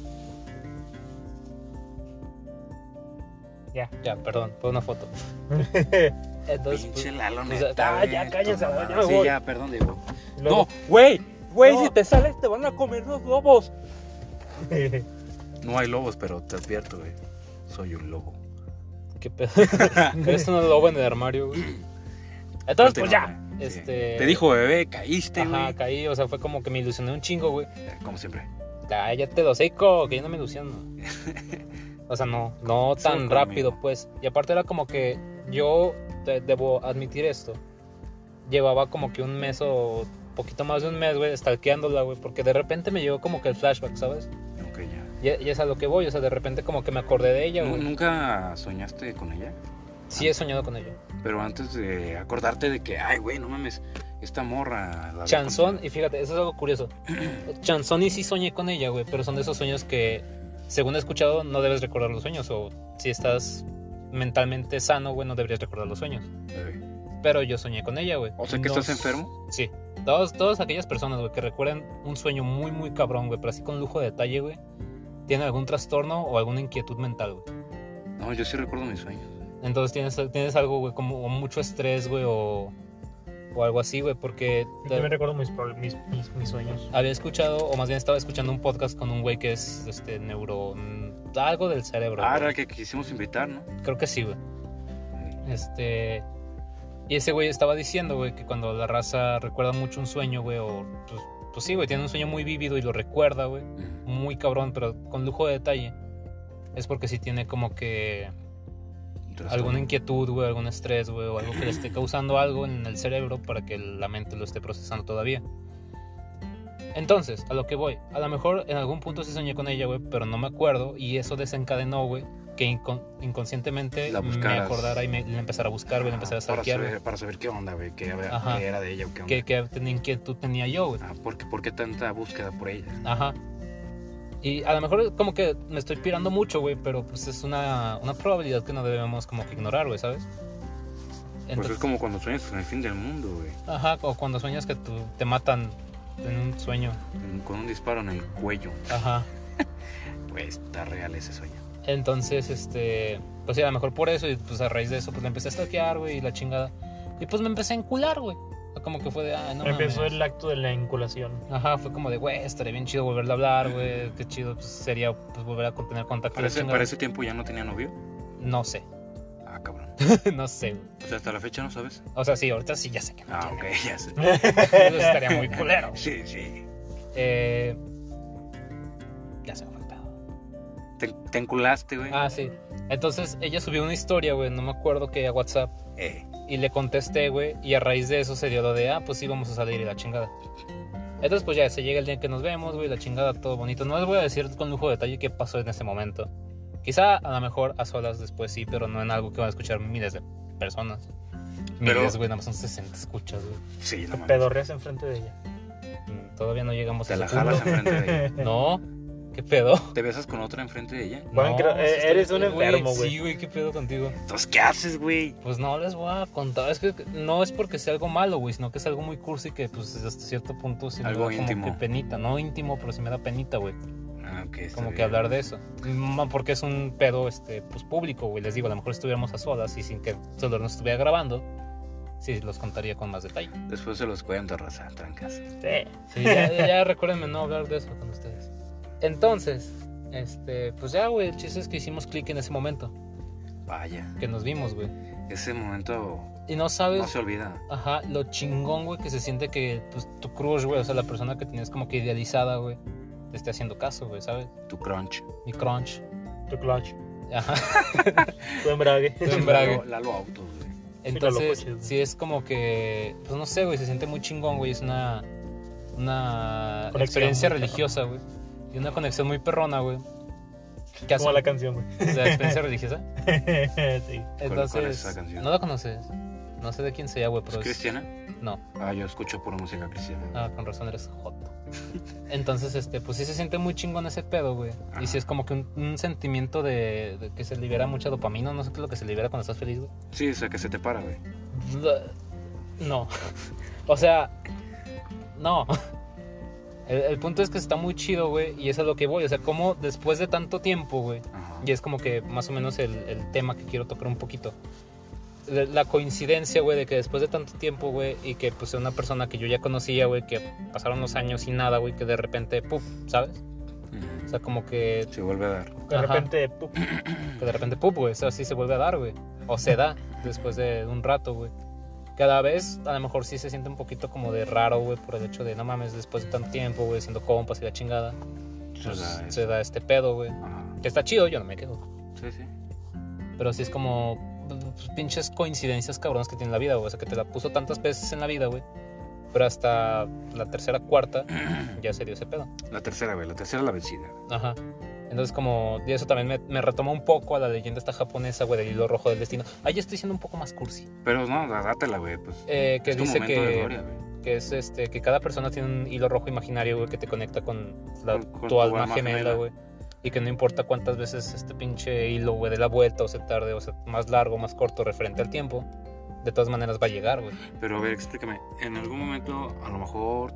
[SPEAKER 3] Ya.
[SPEAKER 2] Ya, perdón, fue una foto. Entonces, pues,
[SPEAKER 4] Pinche Lalo,
[SPEAKER 2] pues,
[SPEAKER 4] neta,
[SPEAKER 3] ah, ya,
[SPEAKER 4] güey,
[SPEAKER 3] cállense,
[SPEAKER 4] tu mamá.
[SPEAKER 3] ya me
[SPEAKER 4] Sí,
[SPEAKER 3] voy.
[SPEAKER 4] ya, perdón, Diego.
[SPEAKER 3] Luego-
[SPEAKER 4] güey,
[SPEAKER 3] güey, si
[SPEAKER 4] te sales te van a comer los lobos. No hay lobos, pero te advierto, güey. Soy un lobo.
[SPEAKER 2] qué pedo. Eres un lobo en el armario, güey. Entonces, pues ya.
[SPEAKER 4] Continúa, güey. Sí.
[SPEAKER 2] Este...
[SPEAKER 4] Te dijo, bebé, caíste,
[SPEAKER 2] Ajá,
[SPEAKER 4] güey.
[SPEAKER 2] caí, o sea, fue como que me ilusioné un chingo, güey.
[SPEAKER 4] Como siempre.
[SPEAKER 2] Cállate, doseco, que yo no me ilusiono. O sea, no, no
[SPEAKER 4] Solo
[SPEAKER 2] tan
[SPEAKER 4] conmigo.
[SPEAKER 2] rápido, pues. Y aparte era como que yo te- debo admitir esto. Llevaba como que un mes o poquito más de un mes, güey, stalkeándola, güey, porque de repente me llegó como que el flashback, ¿sabes?
[SPEAKER 4] Ok, ya.
[SPEAKER 2] Y, y es a lo que voy, o sea, de repente como que me acordé de ella,
[SPEAKER 4] Nu-
[SPEAKER 2] güey.
[SPEAKER 4] ¿Nunca soñaste con ella?
[SPEAKER 2] Sí he soñado con ella.
[SPEAKER 4] Pero antes de acordarte de que, ay, güey, no mames, esta morra. la-
[SPEAKER 2] Chanzón, y fíjate, eso es algo curioso. Chanzón y sí soñé con ella, güey, pero son de esos sueños que, según he escuchado, no debes recordar los sueños. O si estás mentalmente sano, güey, no deberías recordar los sueños.
[SPEAKER 4] Eh,
[SPEAKER 2] Pero yo soñé con ella, güey.
[SPEAKER 4] O sea que
[SPEAKER 2] No
[SPEAKER 4] estás
[SPEAKER 2] s-
[SPEAKER 4] enfermo.
[SPEAKER 2] Sí. Todos, todas aquellas personas, güey, que recuerdan un sueño muy, muy cabrón, güey, pero así con lujo de detalle, güey, tienen algún trastorno o alguna inquietud mental, güey.
[SPEAKER 4] No, yo sí recuerdo mis sueños.
[SPEAKER 2] Entonces tienes, tienes algo, güey, como o mucho estrés, güey, o, o algo así, güey, porque...
[SPEAKER 3] Yo también recuerdo mis, prob- mis, mis, mis sueños.
[SPEAKER 2] había escuchado, o más bien estaba escuchando un podcast con un güey que es este neuro. mm, algo del cerebro.
[SPEAKER 4] Ah, era
[SPEAKER 2] güey.
[SPEAKER 4] la que quisimos invitar, ¿no?
[SPEAKER 2] Creo que sí, güey. Este. Y ese güey estaba diciendo, güey, que cuando la raza recuerda mucho un sueño, güey, o. Pues, pues sí, güey, tiene un sueño muy vívido y lo recuerda, güey.
[SPEAKER 4] Mm.
[SPEAKER 2] Muy cabrón, pero con lujo de detalle. Es porque sí tiene como que
[SPEAKER 4] Entonces,
[SPEAKER 2] alguna inquietud, güey, algún estrés, güey, o algo que le esté causando algo en el cerebro para que la mente lo esté procesando todavía. Entonces, a lo que voy, a lo mejor en algún punto sí soñé con ella, güey, pero no me acuerdo y eso desencadenó, güey, que incon- inconscientemente
[SPEAKER 4] La
[SPEAKER 2] me
[SPEAKER 4] buscaras.
[SPEAKER 2] acordara y me la empezara a buscar, güey, la empezara a
[SPEAKER 4] Ah, para
[SPEAKER 2] stalkear, güey,
[SPEAKER 4] saber, para saber qué onda, güey, qué, a ver,
[SPEAKER 2] Ajá.
[SPEAKER 4] qué era de ella o qué onda.
[SPEAKER 2] que, que tenía inquietud tenía yo, güey.
[SPEAKER 4] Ah, ¿por, qué, por qué tanta búsqueda por ella?
[SPEAKER 2] Ajá. Y a lo mejor es como que me estoy pirando mucho, güey, pero pues es una, una probabilidad que no debemos como que ignorar, güey, ¿sabes?
[SPEAKER 4] Pues es como cuando sueñas con el fin del mundo, güey.
[SPEAKER 2] Ajá, o cuando sueñas que tú- te matan en un sueño.
[SPEAKER 4] Con un disparo en el cuello.
[SPEAKER 2] Ajá.
[SPEAKER 4] Pues está real ese sueño.
[SPEAKER 2] Entonces, este, pues sí, a lo mejor por eso, y pues a raíz de eso, pues la empecé a stalkear, güey, y la chingada. Y pues me empecé a encular, güey. Fue Como que fue de, ah, no
[SPEAKER 3] Empezó
[SPEAKER 2] mames.
[SPEAKER 3] el acto de la inculación.
[SPEAKER 2] Ajá, fue como de, güey, estaría bien chido volverla a hablar, güey, qué chido pues, sería pues, volver a con- tener contacto.
[SPEAKER 4] Para
[SPEAKER 2] la
[SPEAKER 4] ese,
[SPEAKER 2] chingada.
[SPEAKER 4] para ese tiempo ya no tenía novio.
[SPEAKER 2] No sé,
[SPEAKER 4] Ah, cabrón.
[SPEAKER 2] no sé, güey.
[SPEAKER 4] O sea, hasta la fecha no sabes.
[SPEAKER 2] O sea, sí, ahorita sí ya sé que no
[SPEAKER 4] Ah,
[SPEAKER 2] tiene,
[SPEAKER 4] ok,
[SPEAKER 2] güey.
[SPEAKER 4] ya sé.
[SPEAKER 2] Entonces estaría muy culero. güey.
[SPEAKER 4] Sí, sí.
[SPEAKER 2] Eh, ya se me fue el pedo.
[SPEAKER 4] Te, te enculaste, güey.
[SPEAKER 2] Ah, sí. Entonces ella subió una historia, güey, no me acuerdo qué, a WhatsApp.
[SPEAKER 4] Eh,
[SPEAKER 2] Y le contesté, güey. Y a raíz de eso se dio lo de, ah, pues sí, vamos a salir y la chingada. Entonces, pues ya se llega el día en que nos vemos, güey, la chingada, todo bonito. No les voy a decir con lujo de detalle qué pasó en ese momento. Quizá a lo mejor a solas después sí, pero no en algo que van a escuchar miles de personas.
[SPEAKER 4] Pero-
[SPEAKER 2] Miles, güey, nada más son 60 escuchas, güey.
[SPEAKER 4] Sí, no mames.
[SPEAKER 3] Pedorreas enfrente de ella.
[SPEAKER 2] Mm, Todavía no llegamos
[SPEAKER 4] Te
[SPEAKER 2] a
[SPEAKER 4] la
[SPEAKER 2] ese punto.
[SPEAKER 4] jalas enfrente de ella.
[SPEAKER 2] No, qué pedo.
[SPEAKER 4] Te besas con otra enfrente de ella.
[SPEAKER 3] Juan,
[SPEAKER 2] No,
[SPEAKER 3] creo-
[SPEAKER 2] sí
[SPEAKER 3] eh,
[SPEAKER 2] estoy-
[SPEAKER 3] eres un enfermo,
[SPEAKER 2] Sí,
[SPEAKER 3] güey.
[SPEAKER 2] güey, qué pedo contigo.
[SPEAKER 4] Entonces, ¿qué haces, güey?
[SPEAKER 2] Pues no les voy a contar, es que no es porque sea algo malo, güey, sino que es algo muy cursi que pues hasta cierto punto sí me
[SPEAKER 4] Algo
[SPEAKER 2] da
[SPEAKER 4] íntimo.
[SPEAKER 2] como que penita, no íntimo, pero sí me da penita, güey,
[SPEAKER 4] Ah, ok, está
[SPEAKER 2] como que
[SPEAKER 4] bien.
[SPEAKER 2] hablar de eso. Mm, Porque es un pedo este pues público, güey, les digo, a lo mejor estuviéramos a solas y sin que solo nos estuviera grabando, sí los contaría con más detalle.
[SPEAKER 4] Después se los cuento, raza, trancas.
[SPEAKER 3] Sí.
[SPEAKER 2] Sí, ya, ya- ya recuérdenme no hablar de eso con ustedes. Entonces, este, pues ya, güey, el chiste es que hicimos clic en ese momento,
[SPEAKER 4] Vaya,
[SPEAKER 2] que nos vimos, güey.
[SPEAKER 4] ese momento
[SPEAKER 2] Y no sabes
[SPEAKER 4] no se olvida.
[SPEAKER 2] Ajá, lo chingón, güey, que se siente que pues, tu crush, güey, o sea, la persona que tenías como que idealizada, güey, te esté haciendo caso, güey, ¿sabes?
[SPEAKER 4] Tu crunch.
[SPEAKER 2] Mi crunch.
[SPEAKER 3] Tu clutch.
[SPEAKER 2] Ajá.
[SPEAKER 3] Tu embrague.
[SPEAKER 2] Tu embrague.
[SPEAKER 4] Lalo, Lalo Autos, güey.
[SPEAKER 2] Entonces,
[SPEAKER 3] locochón.
[SPEAKER 2] sí es como que, pues no sé, güey, se siente muy chingón, güey, es una, una
[SPEAKER 3] Conexión
[SPEAKER 2] experiencia
[SPEAKER 3] muy
[SPEAKER 2] religiosa, güey, y una conexión muy perrona, güey. ¿Qué hace?
[SPEAKER 3] Como la canción, güey.
[SPEAKER 2] O sea, experiencia religiosa.
[SPEAKER 3] sí.
[SPEAKER 2] Entonces,
[SPEAKER 4] cuál es esa canción?
[SPEAKER 2] ¿no la conoces? No sé de quién sea, güey,
[SPEAKER 4] ¿Es
[SPEAKER 2] pero es-
[SPEAKER 4] cristiana?
[SPEAKER 2] No.
[SPEAKER 4] Ah, yo escucho pura música cristiana.
[SPEAKER 2] Ah, con razón eres joto. Entonces, este, pues sí se siente muy chingón ese pedo, güey. Y sí es como que un, un sentimiento de, de que se libera mucha dopamina, no sé qué es lo que se libera cuando estás feliz, güey.
[SPEAKER 4] Sí, o sea, que se te para, güey.
[SPEAKER 2] No. O sea, no. El, el punto es que está muy chido, güey, y eso es a lo que voy. O sea, como después de tanto tiempo, güey,
[SPEAKER 4] Ajá.
[SPEAKER 2] y es como que más o menos el, el tema que quiero tocar un poquito. La, la coincidencia, güey, de que después de tanto tiempo, güey, y que pues una persona que yo ya conocía, güey, que pasaron los años y nada, güey, que de repente, puf, ¿sabes? O
[SPEAKER 4] Ujú.
[SPEAKER 2] sea, como que,
[SPEAKER 4] Se vuelve a dar.
[SPEAKER 3] De
[SPEAKER 2] Ajá.
[SPEAKER 3] repente, pum,
[SPEAKER 2] que de repente, puf, güey, eso así se vuelve a dar, güey. O se da después de un rato, güey. Cada vez a lo mejor sí se siente un poquito como de raro, güey, por el hecho de, no mames, después de tanto tiempo, güey, siendo compas y la chingada,
[SPEAKER 4] Se
[SPEAKER 2] pues,
[SPEAKER 4] da
[SPEAKER 2] se
[SPEAKER 4] eso.
[SPEAKER 2] da este pedo, güey.
[SPEAKER 4] Ajá.
[SPEAKER 2] Que está chido, yo no me quejo.
[SPEAKER 4] Sí, sí.
[SPEAKER 2] Pero sí es como pues, pinches coincidencias cabronas que tiene la vida, güey. O sea, que te la puso tantas veces en la vida, güey. Pero hasta la tercera, cuarta, ya se dio ese pedo.
[SPEAKER 4] La tercera, güey. La tercera es la vencida.
[SPEAKER 2] Ajá. Entonces, como, y eso también me, me retoma un poco a la leyenda esta japonesa, güey, del hilo rojo del destino. Ahí estoy siendo un poco más cursi.
[SPEAKER 4] Pero no, da- dátela, güey. Pues,
[SPEAKER 2] Eh, que
[SPEAKER 4] es tu
[SPEAKER 2] dice
[SPEAKER 4] momento de
[SPEAKER 2] que,
[SPEAKER 4] gloria, güey.
[SPEAKER 2] que es este, que cada persona tiene un hilo rojo imaginario, güey, que te conecta con, la-
[SPEAKER 4] Con- con
[SPEAKER 2] tu
[SPEAKER 4] tu
[SPEAKER 2] alma
[SPEAKER 4] alma
[SPEAKER 2] gemela,
[SPEAKER 4] gemela.
[SPEAKER 2] güey. Y que no importa cuántas veces este pinche hilo, güey, de la vuelta o se tarde, o sea, más largo, más corto, referente al tiempo, de todas maneras va a llegar, güey.
[SPEAKER 4] Pero a ver, explícame. En algún momento, a lo mejor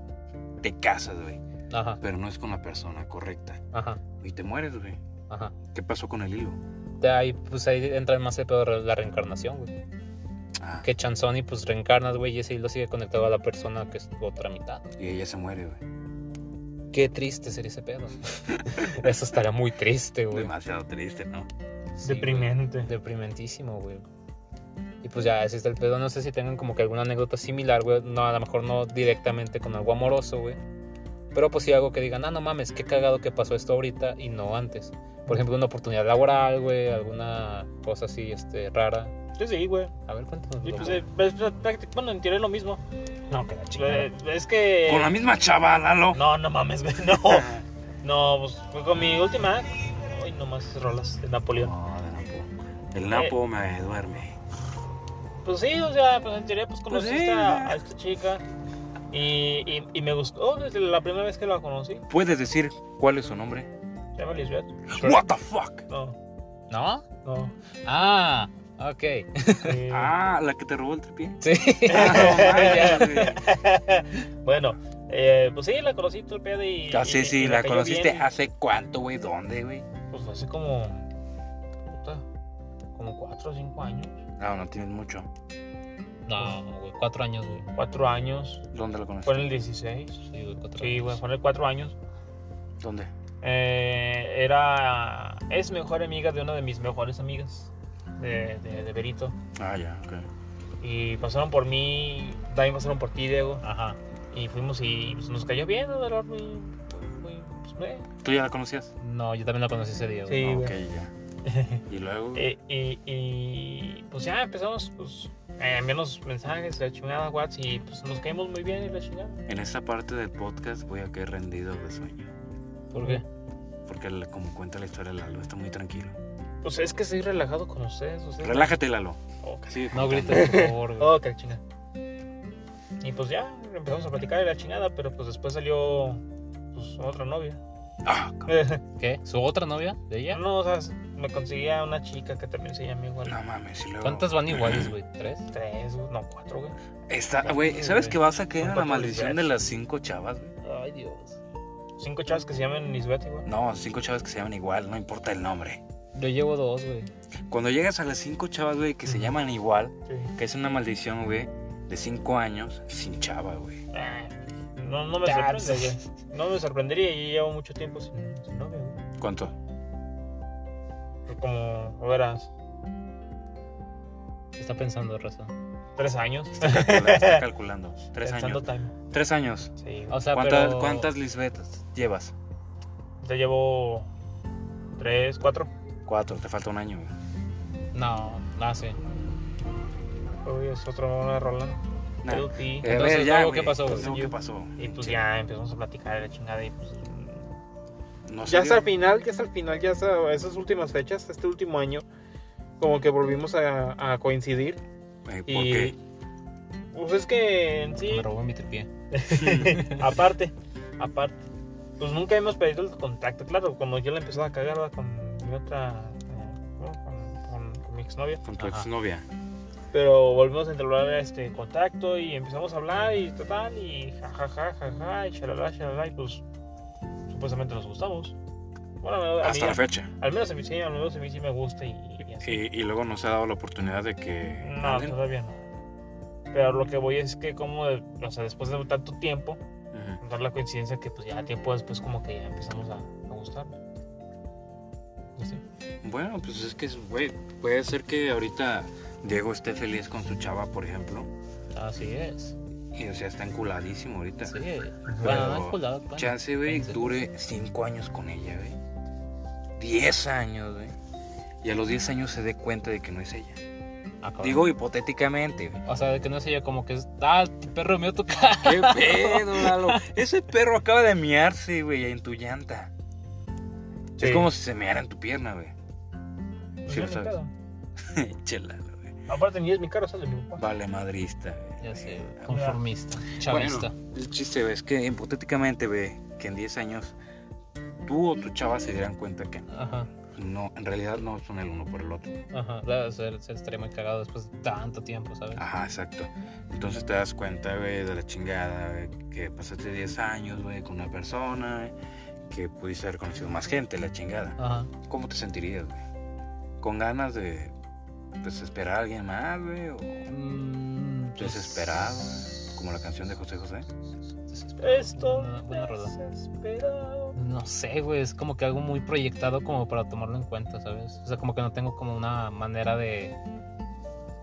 [SPEAKER 4] te casas, güey.
[SPEAKER 2] Ajá,
[SPEAKER 4] Pero no es con la persona correcta.
[SPEAKER 2] ajá,
[SPEAKER 4] Y te mueres, güey.
[SPEAKER 2] ajá.
[SPEAKER 4] ¿Qué pasó con el hilo?
[SPEAKER 2] De ahí, pues ahí entra más el pedo de la reencarnación, güey.
[SPEAKER 4] Ah,
[SPEAKER 2] Que Chanzoni, pues reencarnas, güey, y ese hilo sigue conectado a la persona que es tu otra mitad.
[SPEAKER 4] y ella se muere, güey.
[SPEAKER 2] Qué triste sería ese pedo. Eso estaría muy triste, güey.
[SPEAKER 4] Demasiado triste, ¿no?
[SPEAKER 2] Sí, güey.
[SPEAKER 3] deprimente.
[SPEAKER 2] Deprimentísimo, güey. Y pues ya, ese es el pedo. No sé si tengan como que alguna anécdota similar, güey. No, a lo mejor no directamente con algo amoroso, güey. Pero pues sí algo que digan, ah, no mames, qué cagado que pasó esto ahorita y no antes. Por ejemplo, una oportunidad laboral, güey, alguna cosa así, este, rara.
[SPEAKER 3] Yo sí, güey.
[SPEAKER 2] A ver, cuéntanos.
[SPEAKER 3] Y
[SPEAKER 2] loco.
[SPEAKER 3] pues, eh, pues, prácti- bueno, en teoría es lo mismo.
[SPEAKER 2] no, que la
[SPEAKER 3] Eh,
[SPEAKER 2] chingada.
[SPEAKER 3] Es que...
[SPEAKER 4] Con la misma chava, Lalo.
[SPEAKER 3] No, no mames, güey, no. No, pues fue con mi última. Ay, nomás rolas de Napoleón.
[SPEAKER 4] No, de Napo. El Napo me duerme.
[SPEAKER 3] Pues sí, o sea, pues en teoría pues
[SPEAKER 4] Pues
[SPEAKER 3] conocí
[SPEAKER 4] sí.
[SPEAKER 3] esta- a esta chica y, y, y me gustó desde la primera vez que la conocí.
[SPEAKER 4] ¿Puedes decir cuál es su nombre?
[SPEAKER 3] Se llama Lisbeth.
[SPEAKER 4] What the fuck?
[SPEAKER 3] No,
[SPEAKER 2] ¿No?
[SPEAKER 3] no.
[SPEAKER 2] Ah, ok.
[SPEAKER 3] eh,
[SPEAKER 4] Ah, la que te robó el tripié.
[SPEAKER 2] Sí.
[SPEAKER 4] Ah, no mames, güey.
[SPEAKER 3] bueno, eh, pues sí, la conocí todo el pedo y...
[SPEAKER 4] Ya sé,
[SPEAKER 3] y-
[SPEAKER 4] Ah, sí,
[SPEAKER 3] y me
[SPEAKER 4] la
[SPEAKER 3] cayó
[SPEAKER 4] conociste
[SPEAKER 3] bien.
[SPEAKER 4] hace cuánto, güey. ¿Dónde, güey?
[SPEAKER 3] Pues fue hace como... puta, como cuatro o cinco años.
[SPEAKER 4] No, no tienes mucho.
[SPEAKER 2] no, güey, cuatro años, güey.
[SPEAKER 3] Cuatro años.
[SPEAKER 4] ¿Dónde la
[SPEAKER 3] Fue en
[SPEAKER 4] conociste?
[SPEAKER 3] el 16.
[SPEAKER 2] Sí, güey, cuatro
[SPEAKER 3] Sí,
[SPEAKER 2] años.
[SPEAKER 3] güey, fue en el cuatro años.
[SPEAKER 4] ¿Dónde?
[SPEAKER 3] Eh, era. Es mejor amiga de una de mis mejores amigas, de, de, de Berito.
[SPEAKER 4] Ah, ya, ok.
[SPEAKER 3] Y pasaron por mí, también pasaron por ti, Diego.
[SPEAKER 2] Ajá.
[SPEAKER 3] Y fuimos y pues, nos cayó bien, la verdad, muy. muy pues, eh.
[SPEAKER 4] ¿Tú ya la conocías?
[SPEAKER 2] No, yo también la conocí ese día, güey.
[SPEAKER 3] Sí,
[SPEAKER 4] Ah, ok,
[SPEAKER 3] güey.
[SPEAKER 2] Eh,
[SPEAKER 4] ya. ¿Y luego?
[SPEAKER 3] Eh, y, y, pues ya empezamos, pues. eh, envíanos mensajes, la chingada, WhatsApp, y pues nos caímos muy bien y la chingada.
[SPEAKER 4] En esta parte del podcast voy a caer rendido de sueño.
[SPEAKER 2] ¿Por qué?
[SPEAKER 4] Porque el- como cuenta la historia Lalo, está muy tranquilo.
[SPEAKER 3] Pues es que estoy relajado con ustedes. ustedes
[SPEAKER 4] Relájate, Lalo.
[SPEAKER 3] Oh, ca-
[SPEAKER 4] Sigue
[SPEAKER 2] No
[SPEAKER 4] contando.
[SPEAKER 2] grites, por favor, güey.
[SPEAKER 3] oh, que la chingada. Y pues ya, empezamos a platicar de la chingada, pero pues después salió pues, otra novia.
[SPEAKER 4] Ah, cabrón.
[SPEAKER 2] ¿Qué? ¿Su otra novia de ella?
[SPEAKER 3] no, o sea, me conseguía una chica que también se llama igual.
[SPEAKER 4] no mames, y luego-
[SPEAKER 2] ¿Cuántas van iguales, güey? ¿Tres?
[SPEAKER 3] Tres, güey, no, cuatro, güey.
[SPEAKER 4] Está,
[SPEAKER 2] No,
[SPEAKER 4] güey,
[SPEAKER 2] güey.
[SPEAKER 4] ¿sabes que vas a caer en
[SPEAKER 3] Son
[SPEAKER 4] la
[SPEAKER 3] cuatro
[SPEAKER 4] maldición de
[SPEAKER 3] libras.
[SPEAKER 4] las cinco chavas? güey?
[SPEAKER 2] Ay, Dios.
[SPEAKER 3] Cinco chavas que se llaman Lisbeth, güey.
[SPEAKER 4] No, cinco chavas que se llaman igual, no importa el nombre.
[SPEAKER 2] Yo llevo dos, güey.
[SPEAKER 4] Cuando llegas a las cinco chavas, güey, que se
[SPEAKER 3] Ujú.
[SPEAKER 4] llaman igual,
[SPEAKER 3] Sí.
[SPEAKER 4] que es una maldición, güey, de cinco años sin chava, güey.
[SPEAKER 3] Ah, No, no me
[SPEAKER 2] Tabs.
[SPEAKER 3] sorprende,
[SPEAKER 4] pues.
[SPEAKER 3] güey. No me sorprendería, yo llevo mucho tiempo sin, sin novia, güey.
[SPEAKER 4] ¿Cuánto?
[SPEAKER 3] Pero Como, a ver, hace
[SPEAKER 2] Está pensando, Raza.
[SPEAKER 3] tres años.
[SPEAKER 4] Está calculando. está calculando. Tres
[SPEAKER 3] Pensando
[SPEAKER 4] años.
[SPEAKER 3] time.
[SPEAKER 4] Tres años.
[SPEAKER 3] Sí, güey.
[SPEAKER 2] O sea,
[SPEAKER 4] ¿Cuántas,
[SPEAKER 2] pero...
[SPEAKER 4] ¿Cuántas Lisbetas llevas?
[SPEAKER 3] Ya llevo tres, cuatro.
[SPEAKER 4] Cuatro, te falta un año, güey.
[SPEAKER 2] No, no sé.
[SPEAKER 3] Uy, es otra una Roland.
[SPEAKER 4] Nah.
[SPEAKER 3] Pero sí.
[SPEAKER 4] Eh, a
[SPEAKER 2] Entonces,
[SPEAKER 4] ver, ya,
[SPEAKER 2] luego, ¿qué
[SPEAKER 4] güey,
[SPEAKER 2] pasó,
[SPEAKER 4] entonces,
[SPEAKER 3] güey?
[SPEAKER 4] ¿Qué pasó?
[SPEAKER 3] Y pues ya empezamos a platicar de la chingada y pues...
[SPEAKER 4] No
[SPEAKER 3] Ya hasta
[SPEAKER 4] salió.
[SPEAKER 3] el final, ya hasta el final, ya hasta esas últimas fechas, este último año, como que volvimos a, a coincidir.
[SPEAKER 4] Eh, ¿Por
[SPEAKER 3] Y...
[SPEAKER 4] qué?
[SPEAKER 3] Pues es que en sí...
[SPEAKER 2] Me robó mi tripié.
[SPEAKER 3] aparte, aparte. Pues nunca hemos perdido el contacto. Claro, cuando yo la empezaba a cagar ¿verdad? con mi otra. eh, ¿no? con, con- con mi exnovia.
[SPEAKER 4] Con tu
[SPEAKER 2] Ajá.
[SPEAKER 4] exnovia.
[SPEAKER 3] Pero volvimos a entablar este contacto y empezamos a hablar y total. Y jajaja, jaja, y shalala, shalala. Y pues supuestamente nos gustamos. Bueno, a mí-
[SPEAKER 4] Hasta la fecha.
[SPEAKER 3] al menos a mí sí, al menos a mí sí me gusta y, y así.
[SPEAKER 4] Y, y luego no se ha dado la oportunidad de que.
[SPEAKER 3] No, pues,
[SPEAKER 4] anden.
[SPEAKER 3] todavía no. Pero lo que voy es que, como, de- o sea, después de tanto tiempo,
[SPEAKER 4] Ujú.
[SPEAKER 3] dar la coincidencia que pues ya tiempo después como que ya empezamos a, a gustar. Y así.
[SPEAKER 4] Bueno, pues es que, es- güey, puede ser que ahorita Diego esté feliz con su chava, por ejemplo.
[SPEAKER 2] Así es.
[SPEAKER 4] Y o sea, está enculadísimo ahorita.
[SPEAKER 2] Así es.
[SPEAKER 4] Pero-
[SPEAKER 2] Bueno, no es culado, bueno.
[SPEAKER 4] Chance, güey,
[SPEAKER 2] Pensé.
[SPEAKER 4] dure 5 años con ella, güey. 10 años, güey. Y a los 10 años se dé cuenta de que no es ella.
[SPEAKER 2] Ah, cabrón.
[SPEAKER 4] Digo hipotéticamente, güey.
[SPEAKER 2] O sea, de que no sé yo, como que es. Ah, tu perro mío toca.
[SPEAKER 4] ¿Qué pedo, Lalo? Ese perro acaba de miarse, güey, en tu llanta.
[SPEAKER 3] Sí.
[SPEAKER 4] Es como si se meara en tu pierna, güey.
[SPEAKER 3] Pues,
[SPEAKER 4] Sí,
[SPEAKER 3] no
[SPEAKER 4] lo
[SPEAKER 3] es mi
[SPEAKER 4] sabes.
[SPEAKER 3] pedo.
[SPEAKER 4] Chela, güey.
[SPEAKER 3] Aparte ni es mi cara, es el de mi papá.
[SPEAKER 4] Vale madrista, güey.
[SPEAKER 2] Ya sé,
[SPEAKER 4] Ah,
[SPEAKER 2] conformista, chavista.
[SPEAKER 4] Bueno, el chiste güey, es que hipotéticamente, ve que en 10 años tú o tu chava se dieran cuenta que
[SPEAKER 2] Ajá,
[SPEAKER 4] no, en realidad no son el uno por el otro.
[SPEAKER 2] ajá. Claro, se, se estaría muy cagado después de tanto tiempo, ¿sabes?
[SPEAKER 4] Ajá, exacto. Entonces te das cuenta, güey, de la chingada, güey, que pasaste 10 años, güey, con una persona, güey, que pudiste haber conocido más gente, la chingada.
[SPEAKER 2] Ajá.
[SPEAKER 4] ¿Cómo te sentirías, güey? ¿Con ganas de, pues, esperar a alguien más, güey? ¿O
[SPEAKER 2] Mm, pues,
[SPEAKER 4] desesperado? güey? Como la canción de José José.
[SPEAKER 2] desesperado.
[SPEAKER 3] Esto
[SPEAKER 2] Buena- buena rola.
[SPEAKER 3] desesperado.
[SPEAKER 2] No sé, güey, es como que algo muy proyectado como para tomarlo en cuenta, ¿sabes? O sea, como que no tengo como una manera de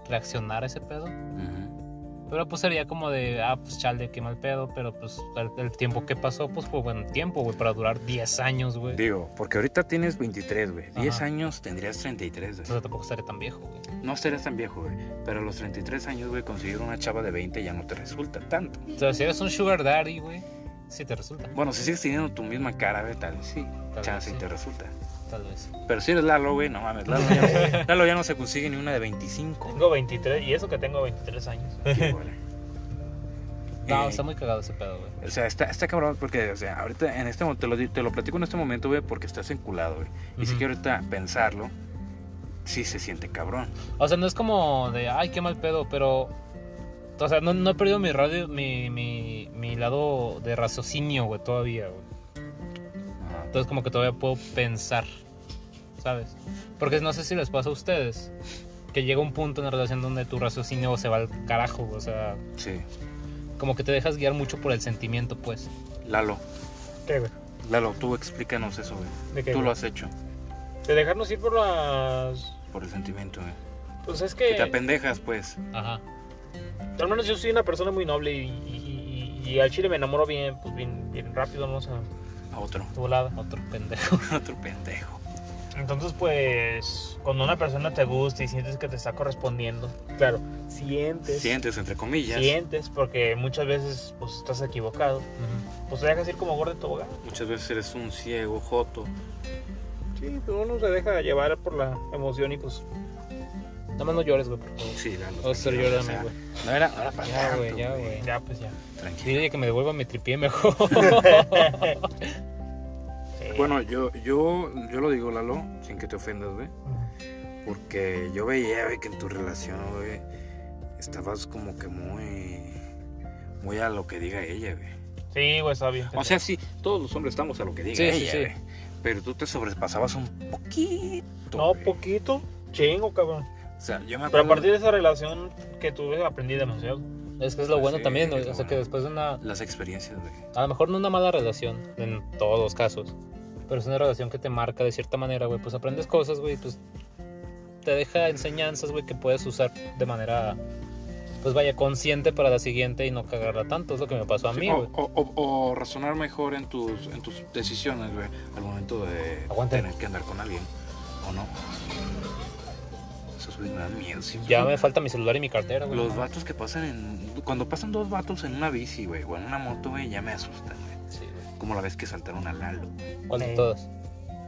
[SPEAKER 2] reaccionar a ese pedo.
[SPEAKER 4] Ujú.
[SPEAKER 2] Pero pues sería como de, ah, pues chale, qué mal pedo, pero pues el, el tiempo que pasó, pues fue buen tiempo, güey, para durar 10 años, güey.
[SPEAKER 4] Digo, porque ahorita tienes 23, güey. 10
[SPEAKER 2] Ajá.
[SPEAKER 4] años tendrías 33, güey.
[SPEAKER 2] O sea, tampoco estaría tan viejo, güey.
[SPEAKER 4] No serás tan viejo, güey. Pero a los 33 años, güey, conseguir una chava de 20 ya no te resulta tanto.
[SPEAKER 2] O sea, si eres un sugar daddy, güey, sí te resulta.
[SPEAKER 4] Bueno, si sigues teniendo tu misma cara, güey, tal vez sí.
[SPEAKER 2] Tal
[SPEAKER 4] Chance
[SPEAKER 2] vez,
[SPEAKER 4] y
[SPEAKER 2] sí,
[SPEAKER 4] te resulta.
[SPEAKER 2] tal vez.
[SPEAKER 4] Pero si eres Lalo, güey, no mames. Lalo ya, no- Lalo ya no se consigue ni una de 25.
[SPEAKER 3] Tengo 23 y eso que tengo 23 años.
[SPEAKER 4] Qué huele.
[SPEAKER 2] No,
[SPEAKER 4] Eh,
[SPEAKER 2] está muy cagado ese pedo, güey.
[SPEAKER 4] O sea, está, está cabrón porque, o sea, ahorita en este momento, te lo, di- te lo platico en este momento, güey, porque estás enculado, güey. Y si
[SPEAKER 2] Ujú.
[SPEAKER 4] que ahorita pensarlo, sí se siente cabrón.
[SPEAKER 2] O sea, no es como de, ay, qué mal pedo, pero... O sea, no, no he perdido mi radio, mi, mi, mi lado de raciocinio, güey, todavía, güey.
[SPEAKER 4] Ah,
[SPEAKER 2] Entonces como que todavía puedo pensar, ¿sabes? Porque no sé si les pasa a ustedes que llega un punto en la relación donde tu raciocinio se va al carajo, güey, o sea,
[SPEAKER 4] Sí.
[SPEAKER 2] como que te dejas guiar mucho por el sentimiento, pues.
[SPEAKER 4] Lalo,
[SPEAKER 3] ¿Qué, güey?
[SPEAKER 4] Lalo, tú explícanos eso, güey.
[SPEAKER 3] ¿De qué?
[SPEAKER 4] Tú
[SPEAKER 3] güey?
[SPEAKER 4] lo has hecho
[SPEAKER 3] De dejarnos ir por las.
[SPEAKER 4] por el sentimiento, güey.
[SPEAKER 3] Pues es
[SPEAKER 4] Que te
[SPEAKER 3] que.
[SPEAKER 4] apendejas, pues.
[SPEAKER 2] Ajá.
[SPEAKER 3] Al menos yo soy una persona muy noble y, y- y- y al chile me enamoro bien, pues bien, bien rápido, no sé,
[SPEAKER 4] A otro.
[SPEAKER 3] de volada.
[SPEAKER 2] Otro pendejo.
[SPEAKER 4] Otro pendejo.
[SPEAKER 3] Entonces, pues, cuando una persona te gusta y sientes que te está correspondiendo, claro, sientes,
[SPEAKER 4] Sientes, entre comillas.
[SPEAKER 3] sientes, porque muchas veces, pues, estás equivocado, pues te dejas ir como gordo de tobogán.
[SPEAKER 4] Muchas veces eres un ciego, joto.
[SPEAKER 3] Sí, pero uno se deja llevar por la emoción y, pues,
[SPEAKER 2] Nada más no llores, güey, por favor.
[SPEAKER 4] Sí, Lalo,
[SPEAKER 2] O sea,
[SPEAKER 4] tranquilo,
[SPEAKER 2] llórame,
[SPEAKER 4] o sea,
[SPEAKER 2] güey.
[SPEAKER 4] No era, no era para
[SPEAKER 2] Ya, güey,
[SPEAKER 4] tanto,
[SPEAKER 2] ya,
[SPEAKER 4] güey.
[SPEAKER 2] güey.
[SPEAKER 3] ya, pues, ya.
[SPEAKER 4] Tranquilo.
[SPEAKER 2] Dile que me devuelva mi tripié mejor.
[SPEAKER 3] Sí.
[SPEAKER 4] Bueno, yo, yo, yo lo digo, Lalo, sin que te ofendas, güey. Porque yo veía, güey, que en tu relación, güey, estabas como que muy. Muy a lo que diga ella, güey.
[SPEAKER 3] Sí, güey, está bien.
[SPEAKER 4] O sea, sí, todos los hombres estamos a lo que diga
[SPEAKER 2] Sí, sí,
[SPEAKER 4] ella,
[SPEAKER 2] sí.
[SPEAKER 4] güey. Pero tú te sobrepasabas un poquito.
[SPEAKER 3] no,
[SPEAKER 4] güey.
[SPEAKER 3] poquito, chingo, cabrón.
[SPEAKER 4] O sea, yo me
[SPEAKER 3] Pero
[SPEAKER 4] acuerdo.
[SPEAKER 3] a partir de esa relación que tuve, aprendí demasiado.
[SPEAKER 2] es que es lo bueno
[SPEAKER 4] Sí,
[SPEAKER 2] también, ¿no?
[SPEAKER 4] es lo
[SPEAKER 2] o sea, que
[SPEAKER 4] bueno.
[SPEAKER 2] después de una,
[SPEAKER 4] Las experiencias, güey.
[SPEAKER 2] a lo mejor no una mala relación, en todos los casos, pero es una relación que te marca de cierta manera, güey, pues aprendes cosas, güey, pues te deja enseñanzas, güey, que puedes usar de manera, pues vaya, consciente para la siguiente y no cagarla tanto, es lo que me pasó a
[SPEAKER 4] Sí, oh.
[SPEAKER 2] mí,
[SPEAKER 4] o,
[SPEAKER 2] güey.
[SPEAKER 4] o- o- o razonar mejor en tus, en tus decisiones, güey, al momento de
[SPEAKER 2] Aguanta.
[SPEAKER 4] tener que andar con alguien, ¿o no? Esos güeyes me dan miedo, sí.
[SPEAKER 2] Ya me falta mi celular y mi cartera, güey.
[SPEAKER 4] Los vatos que pasan en... Cuando pasan dos vatos en una bici, güey, o en una moto, güey, ya me asustan, güey.
[SPEAKER 2] Sí, güey.
[SPEAKER 4] Como la vez que saltaron a Lalo.
[SPEAKER 2] ¿Cuál de
[SPEAKER 3] Eh.
[SPEAKER 2] todas?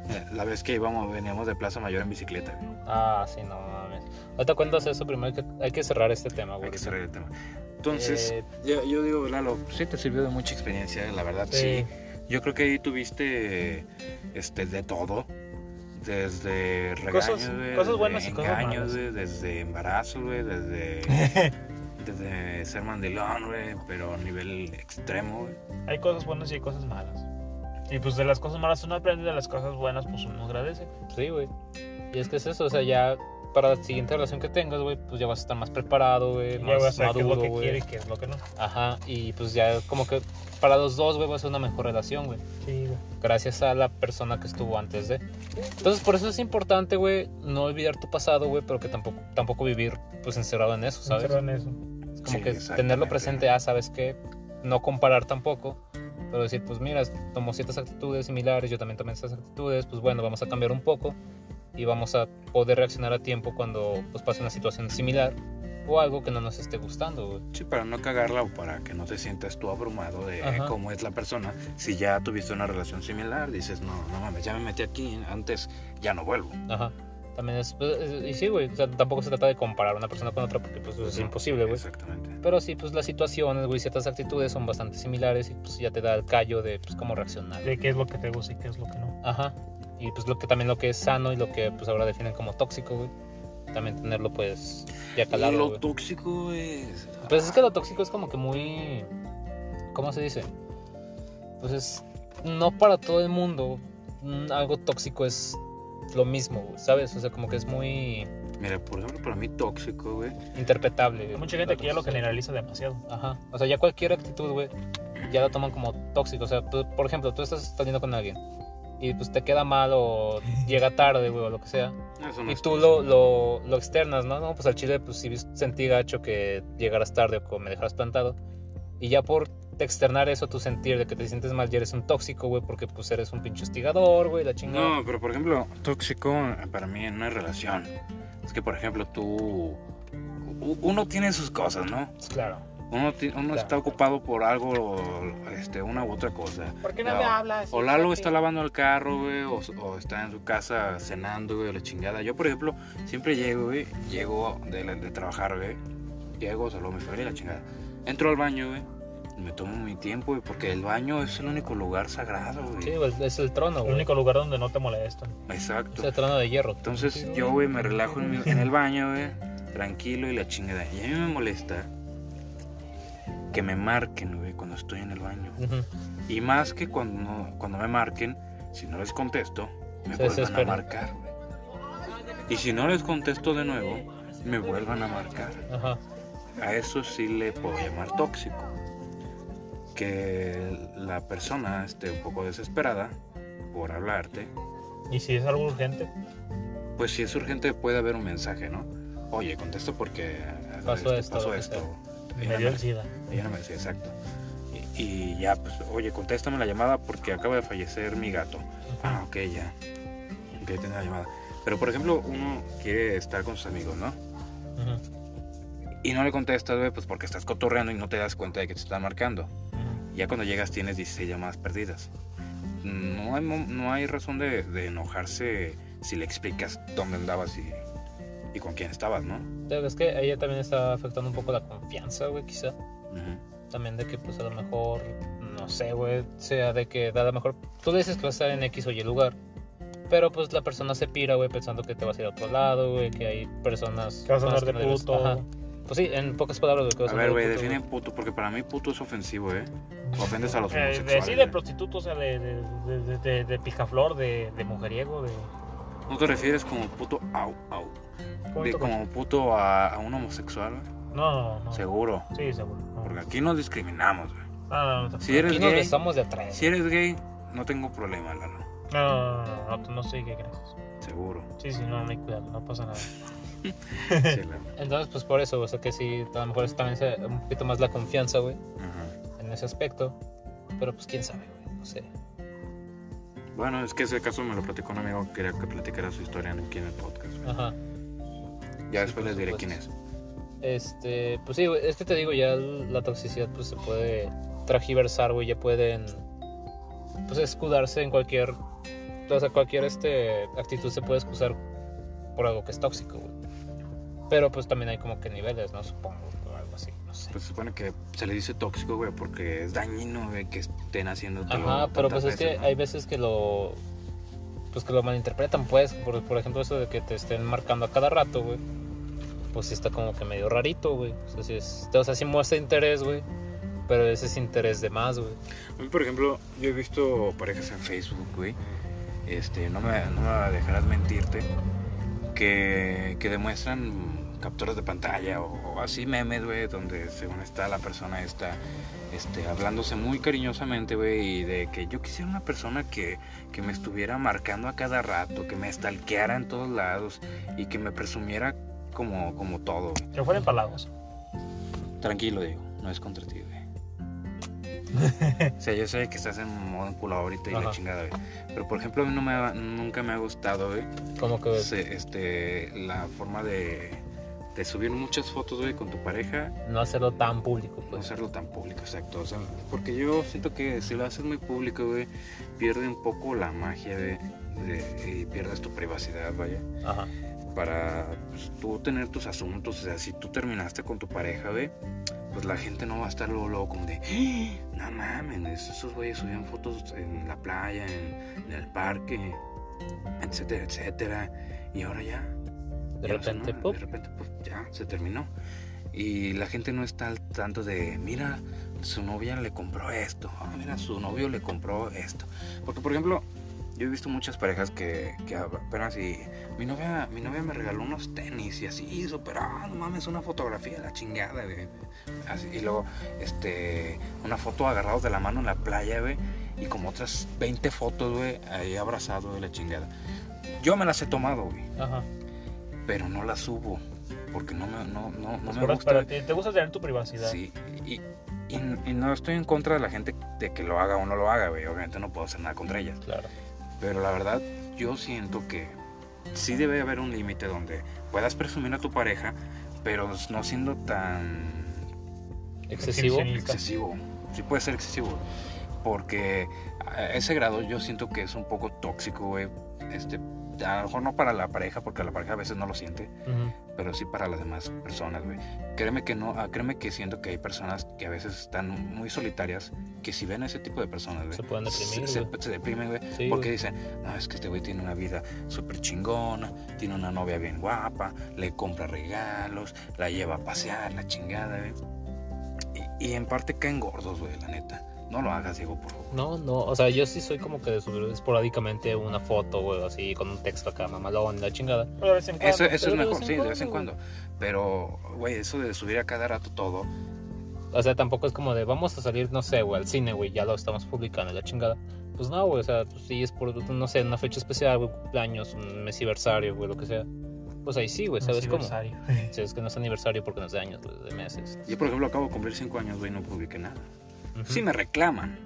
[SPEAKER 4] Eh, La vez que íbamos, veníamos de Plaza Mayor en bicicleta, güey.
[SPEAKER 2] Ah, sí, no mames. Ahorita cuentas eso primero, que hay que cerrar este tema, güey.
[SPEAKER 4] Hay que cerrar el tema. Entonces,
[SPEAKER 2] Eh,
[SPEAKER 4] yo, yo digo, Lalo, sí te sirvió de mucha experiencia, la verdad, sí. Yo creo que ahí tuviste este, de todo. Desde regaños,
[SPEAKER 3] Cosas-
[SPEAKER 4] güey,
[SPEAKER 3] cosas
[SPEAKER 4] desde
[SPEAKER 3] buenas y cosas
[SPEAKER 4] engaños,
[SPEAKER 3] malas.
[SPEAKER 4] güey, desde embarazo, güey, desde, desde ser mandilón, güey, pero a nivel extremo, güey.
[SPEAKER 3] hay cosas buenas y hay cosas malas. Y pues de las cosas malas uno aprende, de las cosas buenas pues uno agradece.
[SPEAKER 2] Sí, güey. Y es que es eso, o sea, ya para la siguiente relación que tengas, güey, pues ya vas a estar más preparado, güey,
[SPEAKER 3] Y ya vas
[SPEAKER 2] más
[SPEAKER 3] a saber qué es lo
[SPEAKER 2] maduro,
[SPEAKER 3] que quiere y
[SPEAKER 2] güey.
[SPEAKER 3] qué es lo que no.
[SPEAKER 2] Ajá, y pues ya como que para los dos, güey, va a ser una mejor relación, güey.
[SPEAKER 3] Sí, güey.
[SPEAKER 2] Gracias a la persona que estuvo antes de. Entonces, por eso es importante, güey, no olvidar tu pasado, güey, pero que tampoco, tampoco vivir, pues, encerrado en eso, ¿sabes?
[SPEAKER 3] Encerrado en eso.
[SPEAKER 2] Es como
[SPEAKER 4] Sí,
[SPEAKER 2] que
[SPEAKER 4] exactamente.
[SPEAKER 2] tenerlo presente, ah, ¿sabes qué? No comparar tampoco, pero decir, pues mira, tomo ciertas actitudes similares, yo también tomé estas actitudes, pues bueno, vamos a cambiar un poco y vamos a poder reaccionar a tiempo cuando pues, pase una situación similar o algo que no nos esté gustando. güey.
[SPEAKER 4] Sí, para no cagarla o para que no te sientas tú abrumado de
[SPEAKER 2] Ajá.
[SPEAKER 4] cómo es la persona. Si ya tuviste una relación similar, dices, no, no mames, ya me metí aquí, antes ya no vuelvo.
[SPEAKER 2] Ajá. También es, pues, es- y sí, güey, o sea, tampoco se trata de comparar una persona con otra porque pues es imposible, güey.
[SPEAKER 4] Exactamente.
[SPEAKER 2] Pero sí, pues las situaciones, güey, ciertas actitudes son bastante similares y pues ya te da el callo de pues cómo reaccionar.
[SPEAKER 3] De qué es lo que te gusta y qué es lo que no.
[SPEAKER 2] Ajá. Y pues lo que también lo que es sano y lo que pues ahora definen como tóxico, güey. También tenerlo pues ya
[SPEAKER 4] Y
[SPEAKER 2] calado.
[SPEAKER 4] lo
[SPEAKER 2] güey.
[SPEAKER 4] tóxico es...
[SPEAKER 2] Pues es que lo tóxico es como que muy ¿cómo se dice? Pues es no para todo el mundo mm, algo tóxico es lo mismo, güey, ¿sabes? O sea, como que es muy
[SPEAKER 4] Mira, por ejemplo, para mí tóxico, güey,
[SPEAKER 2] interpretable.
[SPEAKER 3] Hay
[SPEAKER 2] güey.
[SPEAKER 3] mucha gente que ya lo
[SPEAKER 2] Entonces,
[SPEAKER 3] generaliza demasiado.
[SPEAKER 2] Ajá. O sea, ya cualquier actitud, güey, ya la toman como tóxico. O sea, tú- por ejemplo, tú estás saliendo con alguien y pues te queda mal o llega tarde, güey, o lo que sea.
[SPEAKER 4] eso no
[SPEAKER 2] Y
[SPEAKER 4] es
[SPEAKER 2] tú lo, lo, lo externas, ¿no? No, pues al chile, pues sí sentí gacho que llegaras tarde o que me dejaras plantado. Y ya por externar eso, tu sentir de que te sientes mal, ya eres un tóxico, güey, porque pues eres un pinche hostigador, güey, la chingada.
[SPEAKER 4] No, pero por ejemplo, tóxico eh, para mí en una relación. Es que, por ejemplo, tú. u- Uno tiene sus cosas, ¿no?
[SPEAKER 2] Pues, Claro.
[SPEAKER 4] Uno, ti- uno
[SPEAKER 2] Claro.
[SPEAKER 4] está ocupado por algo, este, una u otra cosa.
[SPEAKER 3] ¿Por qué
[SPEAKER 4] no me
[SPEAKER 3] hablas?
[SPEAKER 4] O Lalo está lavando el carro, güey, o, o está en su casa cenando, güey, la chingada. Yo, por ejemplo, siempre llego, güey, llego de, la- de trabajar, güey. Llego, saludo a mi familia y la chingada. Entro al baño, güey. y Me tomo mi tiempo, güey, porque el baño es el único lugar sagrado, güey.
[SPEAKER 2] Sí, güey, es el trono,
[SPEAKER 3] El
[SPEAKER 2] güey.
[SPEAKER 3] único lugar donde no te molestan.
[SPEAKER 4] Exacto.
[SPEAKER 2] Es el trono de hierro.
[SPEAKER 4] Entonces yo, güey, me relajo en, mi- en el baño, güey, tranquilo y la chingada. Y a mí me molesta que me marquen, güey, cuando estoy en el baño.
[SPEAKER 2] Ujú.
[SPEAKER 4] Y más que cuando, no- cuando me marquen, si no les contesto, me
[SPEAKER 2] Se
[SPEAKER 4] vuelvan a
[SPEAKER 2] desesperan.
[SPEAKER 4] marcar, güey. Y si no les contesto de nuevo, me vuelvan a marcar.
[SPEAKER 2] Ajá.
[SPEAKER 4] A eso sí le puedo llamar tóxico. Que la persona esté un poco desesperada por hablarte
[SPEAKER 3] Y si es algo urgente,
[SPEAKER 4] pues si es urgente puede haber un mensaje, ¿no? Oye, contesta porque
[SPEAKER 2] Pasó
[SPEAKER 4] este,
[SPEAKER 2] esto,
[SPEAKER 4] pasó
[SPEAKER 2] lo que
[SPEAKER 4] esto.
[SPEAKER 3] me dio el SIDA.
[SPEAKER 4] Ella no me decía exacto. Y, y ya, pues, oye, contéstame la llamada porque acaba de fallecer mi gato. Ah, ok, ya. que tenga la llamada. Pero por ejemplo, uno quiere estar con sus amigos, ¿no?
[SPEAKER 3] Ujú,
[SPEAKER 4] Y no le contestas, güey, pues porque estás cotorreando y no te das cuenta de que te están marcando.
[SPEAKER 3] ujú.
[SPEAKER 4] Ya cuando llegas tienes 16 llamadas perdidas. No hay, mo- no hay razón de, de enojarse si le explicas dónde andabas y, y con quién estabas, ¿no?
[SPEAKER 2] Pero es que a ella también está afectando un poco la confianza, güey, quizá.
[SPEAKER 4] Ujú.
[SPEAKER 2] También de que, pues, a lo mejor, no sé, güey, sea de que a lo mejor tú le dices que vas a estar en X o Y lugar, pero pues la persona se pira, güey, pensando que te vas a ir a otro lado, güey, que hay personas.
[SPEAKER 3] Que vas a
[SPEAKER 2] con las
[SPEAKER 3] andar de
[SPEAKER 2] no debes-
[SPEAKER 3] puto.
[SPEAKER 2] Ajá. Pues sí, en pocas palabras, güey, que vas
[SPEAKER 4] A
[SPEAKER 2] a
[SPEAKER 4] ver,
[SPEAKER 2] andar
[SPEAKER 4] güey,
[SPEAKER 2] de puto,
[SPEAKER 4] define puto, porque para mí puto es ofensivo, ¿eh? Ofendes a los
[SPEAKER 3] Eh,
[SPEAKER 4] homosexuales.
[SPEAKER 3] de, sí, de
[SPEAKER 4] güey.
[SPEAKER 3] prostituto, o sea, de, de, de, de- de- de picaflor, de, de mujeriego, de...
[SPEAKER 4] ¿No te refieres como puto au, au?
[SPEAKER 3] ¿Cómo
[SPEAKER 4] De
[SPEAKER 3] te-
[SPEAKER 4] como puto a, a un homosexual, güey?
[SPEAKER 3] No, no, no.
[SPEAKER 4] Seguro.
[SPEAKER 3] Sí, seguro. No.
[SPEAKER 4] Porque aquí no discriminamos, güey.
[SPEAKER 3] No, no, no, no,
[SPEAKER 4] Si
[SPEAKER 2] Aquí
[SPEAKER 4] eres
[SPEAKER 2] nos
[SPEAKER 4] gay,
[SPEAKER 2] besamos de atrás.
[SPEAKER 4] si eres gay, no tengo problema, Lalo.
[SPEAKER 3] no, no, no, no, no, no sé qué crees.
[SPEAKER 4] Seguro.
[SPEAKER 3] Sí, sí, no, no hay cuidado, no pasa nada.
[SPEAKER 4] Sí, Lalo.
[SPEAKER 2] Entonces, pues por eso, o sea que sí, a lo mejor es también se- un poquito más la confianza, güey,
[SPEAKER 4] Ajá.
[SPEAKER 2] en ese aspecto. Pero pues quién sabe, güey, no sé.
[SPEAKER 4] Bueno, es que ese caso me lo platicó un amigo que quería que platicara su historia aquí en el podcast. pues, güey.
[SPEAKER 2] Ajá.
[SPEAKER 4] Ya
[SPEAKER 2] sí,
[SPEAKER 4] después
[SPEAKER 2] por
[SPEAKER 4] les diré quién es.
[SPEAKER 2] supuesto. Este, pues sí, güey, es que te digo, ya la toxicidad pues se puede tragiversar, güey, ya pueden pues escudarse en cualquier o sea, cualquier este actitud se puede excusar por algo que es tóxico, güey. Pero pues también hay como que niveles, ¿no? Supongo, o algo así, no sé.
[SPEAKER 4] Pues se supone que se le dice tóxico, güey, porque es dañino, güey, que estén haciendo
[SPEAKER 2] Ajá, pero pues es que hay veces que lo pues que lo malinterpretan, pues, por, por ejemplo, eso de que te estén marcando a cada rato, güey. Pues sí está como que medio rarito, güey. O sea, sí es, o sea, sí muestra interés, güey. Pero ese es interés de más, güey.
[SPEAKER 4] A mí, por ejemplo, yo he visto parejas en Facebook, güey. Este, no me, no me dejarás mentirte. Que, que demuestran capturas de pantalla o, o así memes, güey, donde según está la persona está este, hablándose muy cariñosamente, güey, y de que yo quisiera una persona que, que me estuviera marcando a cada rato, que me stalkeara en todos lados y que me presumiera como, como todo.
[SPEAKER 3] Que fueran palabras.
[SPEAKER 4] Tranquilo, digo, no es contra ti, güey. o sea, yo sé que estás en modo enculado ahorita y la
[SPEAKER 2] Ajá.
[SPEAKER 4] chingada, güey. Pero por ejemplo, a mí no me ha- nunca me ha gustado, güey,
[SPEAKER 2] Como que
[SPEAKER 4] se- este, la forma de, de subir muchas fotos, güey, con tu pareja,
[SPEAKER 2] no hacerlo tan público,
[SPEAKER 4] no
[SPEAKER 2] pues.
[SPEAKER 4] hacerlo tan público, exacto. O sea, porque yo siento que si lo haces muy público, güey, pierde un poco la magia, güey, de- y pierdes tu privacidad, vaya
[SPEAKER 2] Ajá.
[SPEAKER 4] para pues, tú tener tus asuntos. O sea, si tú terminaste con tu pareja, ve, pues la gente no va a estar luego, luego como de, "Ah, no mames, esos esos güeyes subían fotos en la playa, en, en el parque, etcétera, etcétera. Y ahora ya.
[SPEAKER 2] De
[SPEAKER 4] ya no sé,
[SPEAKER 2] repente,
[SPEAKER 4] ¿no?
[SPEAKER 2] pop.
[SPEAKER 4] De repente, pop, ya, se terminó. Y la gente no está al tanto de, mira, su novia le compró esto, ah, mira, su novio le compró esto. Porque, por ejemplo, yo he visto muchas parejas que, que apenas y mi novia, mi novia me regaló unos tenis y así, súper, ah, no mames, una fotografía de la chingada, güey. Así, y luego, este, una foto agarrados de la mano en la playa, güey. Y como otras 20 fotos, güey, ahí abrazado de la chingada. Yo me las he tomado, güey,
[SPEAKER 2] Ajá.
[SPEAKER 4] pero no las subo. Porque no me, no, no, no
[SPEAKER 3] Las
[SPEAKER 4] Pues me
[SPEAKER 3] cosas
[SPEAKER 4] gusta.
[SPEAKER 3] para ti. Te gusta tener tu privacidad.
[SPEAKER 4] Sí, y, y- y no estoy en contra de la gente de que lo haga o no lo haga, güey. Obviamente no puedo hacer nada contra ellas.
[SPEAKER 2] Claro.
[SPEAKER 4] Pero la verdad, yo siento que sí debe haber un límite donde puedas presumir a tu pareja, pero no siendo tan
[SPEAKER 2] Excesivo.
[SPEAKER 3] Exhibicionista.
[SPEAKER 4] excesivo. Sí puede ser excesivo. Porque a ese grado yo siento que es un poco tóxico, güey. Este, a lo mejor no para la pareja, porque la pareja a veces no lo siente,
[SPEAKER 3] Ujú.
[SPEAKER 4] pero sí para las demás personas, güey. Créeme que no, ah, créeme que siento que hay personas que a veces están muy solitarias, que si ven a ese tipo de personas, güey,
[SPEAKER 2] Se pueden deprimir,
[SPEAKER 4] se-
[SPEAKER 2] güey.
[SPEAKER 4] se deprimen, güey.
[SPEAKER 2] Sí,
[SPEAKER 4] Porque
[SPEAKER 2] güey.
[SPEAKER 4] dicen, no, es que este güey tiene una vida súper chingona, tiene una novia bien guapa, le compra regalos, la lleva a pasear, la chingada, güey. Y, y en parte caen gordos, güey, la neta. No lo hagas, Diego, por favor.
[SPEAKER 2] No, no, o sea, yo sí soy como que de subir esporádicamente una foto, güey, así con un texto acá, mamalón, la chingada.
[SPEAKER 3] Pero de vez en
[SPEAKER 4] Eso,
[SPEAKER 3] cuando.
[SPEAKER 4] eso
[SPEAKER 2] pero
[SPEAKER 4] es
[SPEAKER 2] de
[SPEAKER 4] mejor,
[SPEAKER 2] vez en
[SPEAKER 4] sí, de vez en
[SPEAKER 2] cuando,
[SPEAKER 4] cuando. Pero, güey, eso de subir a cada rato todo,
[SPEAKER 2] O sea, tampoco es como de vamos a salir, no sé, güey, al cine, güey, ya lo estamos publicando, la chingada. Pues no, güey, o sea, pues, sí es por, no sé, una fecha especial, güey, cumpleaños, un mesiversario, güey, lo que sea. Pues ahí sí, güey, ¿sabes cómo?
[SPEAKER 3] Aniversario.
[SPEAKER 2] Si es que no es aniversario porque no es de años, güey, de meses.
[SPEAKER 4] yo por ejemplo acabo de cumplir cinco años, güey, no publiqué nada. Sí me reclaman,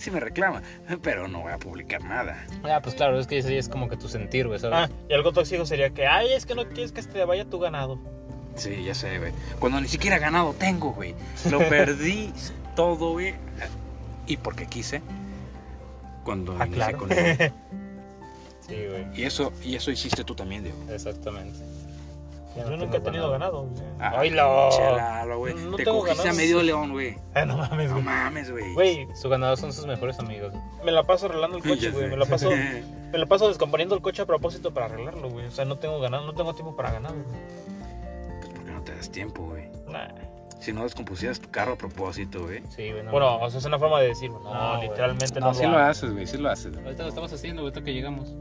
[SPEAKER 4] sí me reclaman, pero no voy a publicar nada.
[SPEAKER 2] Ah, pues claro, es que sí es como que tu sentir, güey,
[SPEAKER 3] Ah,
[SPEAKER 2] ¿sabes?
[SPEAKER 3] y algo tóxico sería que, ay, es que no quieres que se te vaya tu ganado.
[SPEAKER 4] Sí, ya sé, güey. Cuando ni siquiera ganado tengo, güey. Lo perdí todo, güey. Y porque quise. Cuando
[SPEAKER 3] Ah,
[SPEAKER 4] inicié
[SPEAKER 3] claro.
[SPEAKER 4] con él. Ah.
[SPEAKER 2] Sí, güey,
[SPEAKER 4] Y eso, y eso hiciste tú también, Diego.
[SPEAKER 2] exactamente. Ya
[SPEAKER 3] Yo
[SPEAKER 2] no
[SPEAKER 3] nunca he
[SPEAKER 2] tengo
[SPEAKER 3] tenido
[SPEAKER 2] ganado.
[SPEAKER 3] ganado.
[SPEAKER 4] Ah,
[SPEAKER 2] ¡Ay, lo!
[SPEAKER 4] pinche Lalo, güey.
[SPEAKER 3] No
[SPEAKER 4] Te
[SPEAKER 3] tengo
[SPEAKER 4] cogiste
[SPEAKER 3] ganado.
[SPEAKER 4] a medio león, güey.
[SPEAKER 3] Ah, no mames,
[SPEAKER 4] No
[SPEAKER 3] güey.
[SPEAKER 4] mames, güey.
[SPEAKER 3] Güey,
[SPEAKER 2] Su ganado son sus mejores amigos.
[SPEAKER 3] me la paso arreglando el coche,
[SPEAKER 4] Ya
[SPEAKER 3] güey.
[SPEAKER 4] sé. Pues,
[SPEAKER 3] Me la paso, me la paso descomponiendo el coche a propósito para arreglarlo, güey. O sea, no tengo ganado, no tengo tiempo para ganado. güey.
[SPEAKER 4] Pues porque no te das tiempo, güey.
[SPEAKER 3] Nah.
[SPEAKER 4] Si no descompusieras tu carro a propósito, güey.
[SPEAKER 2] Sí, güey, no.
[SPEAKER 3] Bueno, o sea, es una forma de decirlo. No,
[SPEAKER 2] No, güey.
[SPEAKER 3] literalmente no.
[SPEAKER 4] No, sí lo haces, güey, sí lo haces. güey.
[SPEAKER 2] ahorita lo estamos haciendo, ahorita que llegamos.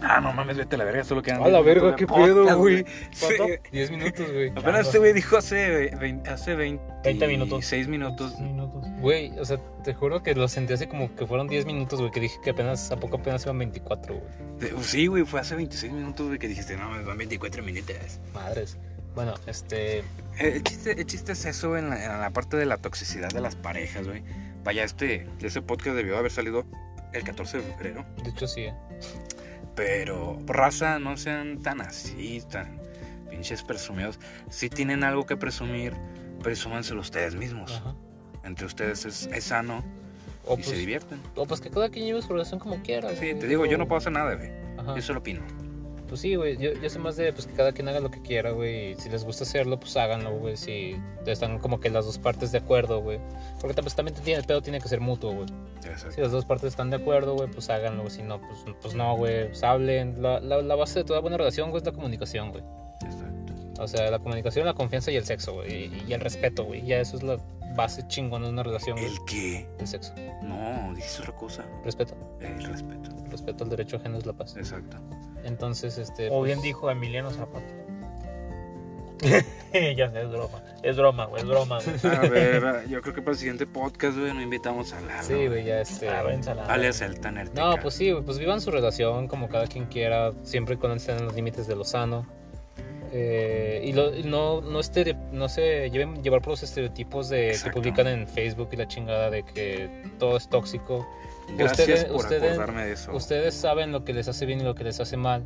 [SPEAKER 4] Ah, no mames, vete a la verga, solo quedan.
[SPEAKER 2] A la
[SPEAKER 4] 10 minutos
[SPEAKER 2] verga,
[SPEAKER 4] de
[SPEAKER 2] qué
[SPEAKER 4] podcast,
[SPEAKER 2] pedo, güey.
[SPEAKER 4] Sí,
[SPEAKER 2] ¿Cuánto? 10 minutos, güey.
[SPEAKER 4] Apenas este güey dijo hace, vein- hace 20,
[SPEAKER 3] 20 minutos.
[SPEAKER 4] 6 minutos.
[SPEAKER 3] minutos.
[SPEAKER 2] Güey, o sea, te juro que lo sentí así como que fueron 10 minutos, güey, que dije que apenas, a poco apenas iban 24, güey.
[SPEAKER 4] De- pues Sí, güey, fue hace 26 minutos, güey, que dijiste, no, mames, van 24 minutos. Eh,
[SPEAKER 2] Madres. Bueno, este,
[SPEAKER 4] El chiste, el chiste es eso en la, en la parte de la toxicidad de las parejas, güey. Vaya, este, ese podcast debió haber salido el 14 de febrero.
[SPEAKER 2] de hecho sí, eh.
[SPEAKER 4] Pero, raza, no sean tan así, tan pinches presumidos. Si tienen algo que presumir, presúmanselo ustedes mismos.
[SPEAKER 2] Ajá.
[SPEAKER 4] Entre ustedes es, es sano
[SPEAKER 2] O
[SPEAKER 4] y
[SPEAKER 2] pues, eh,
[SPEAKER 4] se divierten.
[SPEAKER 2] o pues que cada quien lleve su relación como quiera.
[SPEAKER 4] Sí,
[SPEAKER 2] güey.
[SPEAKER 4] te digo, yo no puedo hacer nada, güey.
[SPEAKER 2] Ajá.
[SPEAKER 4] Yo solo opino.
[SPEAKER 2] Pues sí, güey, yo, yo sé más de pues, que cada quien haga lo que quiera, güey. y Si les gusta hacerlo, pues háganlo, güey. Si están como que las dos partes de acuerdo, güey. Porque pues, también tiene, el pedo tiene que ser mutuo, güey.
[SPEAKER 4] Ya sabes.
[SPEAKER 2] Si las dos partes están de acuerdo, güey, pues háganlo. güey. Si no, pues, pues no, güey. Pues hablen. La, la, la base de toda buena relación, güey, es la comunicación, güey.
[SPEAKER 4] Exacto.
[SPEAKER 2] O sea, la comunicación, la confianza y el sexo, güey. Y, y el respeto, güey. Ya eso es la base chingona de una relación, güey.
[SPEAKER 4] ¿El qué?
[SPEAKER 2] El sexo.
[SPEAKER 4] No, dices otra cosa.
[SPEAKER 2] Respeto.
[SPEAKER 4] El respeto.
[SPEAKER 2] Respeto al derecho ajeno es la paz.
[SPEAKER 4] Exacto.
[SPEAKER 2] Entonces,
[SPEAKER 4] eh,
[SPEAKER 2] este...
[SPEAKER 3] O bien
[SPEAKER 2] pues,
[SPEAKER 3] dijo Emiliano Zapata. ya sé, es broma. Es broma, güey, es broma, güey.
[SPEAKER 4] A ver, yo creo que para el siguiente podcast, güey, no invitamos a Lalo.
[SPEAKER 2] Sí, güey, ya este...
[SPEAKER 3] Ah, güey, ensalada.
[SPEAKER 4] Alias el Tanner.
[SPEAKER 2] No, pues sí, güey, pues vivan su relación como cada quien quiera, siempre cuando estén en los límites de lo sano. Eh, y lo- y no, no, estere- no se lleven llevar por los estereotipos de que
[SPEAKER 4] Exacto.
[SPEAKER 2] publican en Facebook y la chingada de que todo es tóxico.
[SPEAKER 4] Gracias
[SPEAKER 2] ustedes-
[SPEAKER 4] por
[SPEAKER 2] ustedes-
[SPEAKER 4] acordarme de eso.
[SPEAKER 2] Ustedes saben lo que les hace bien y lo que les hace mal,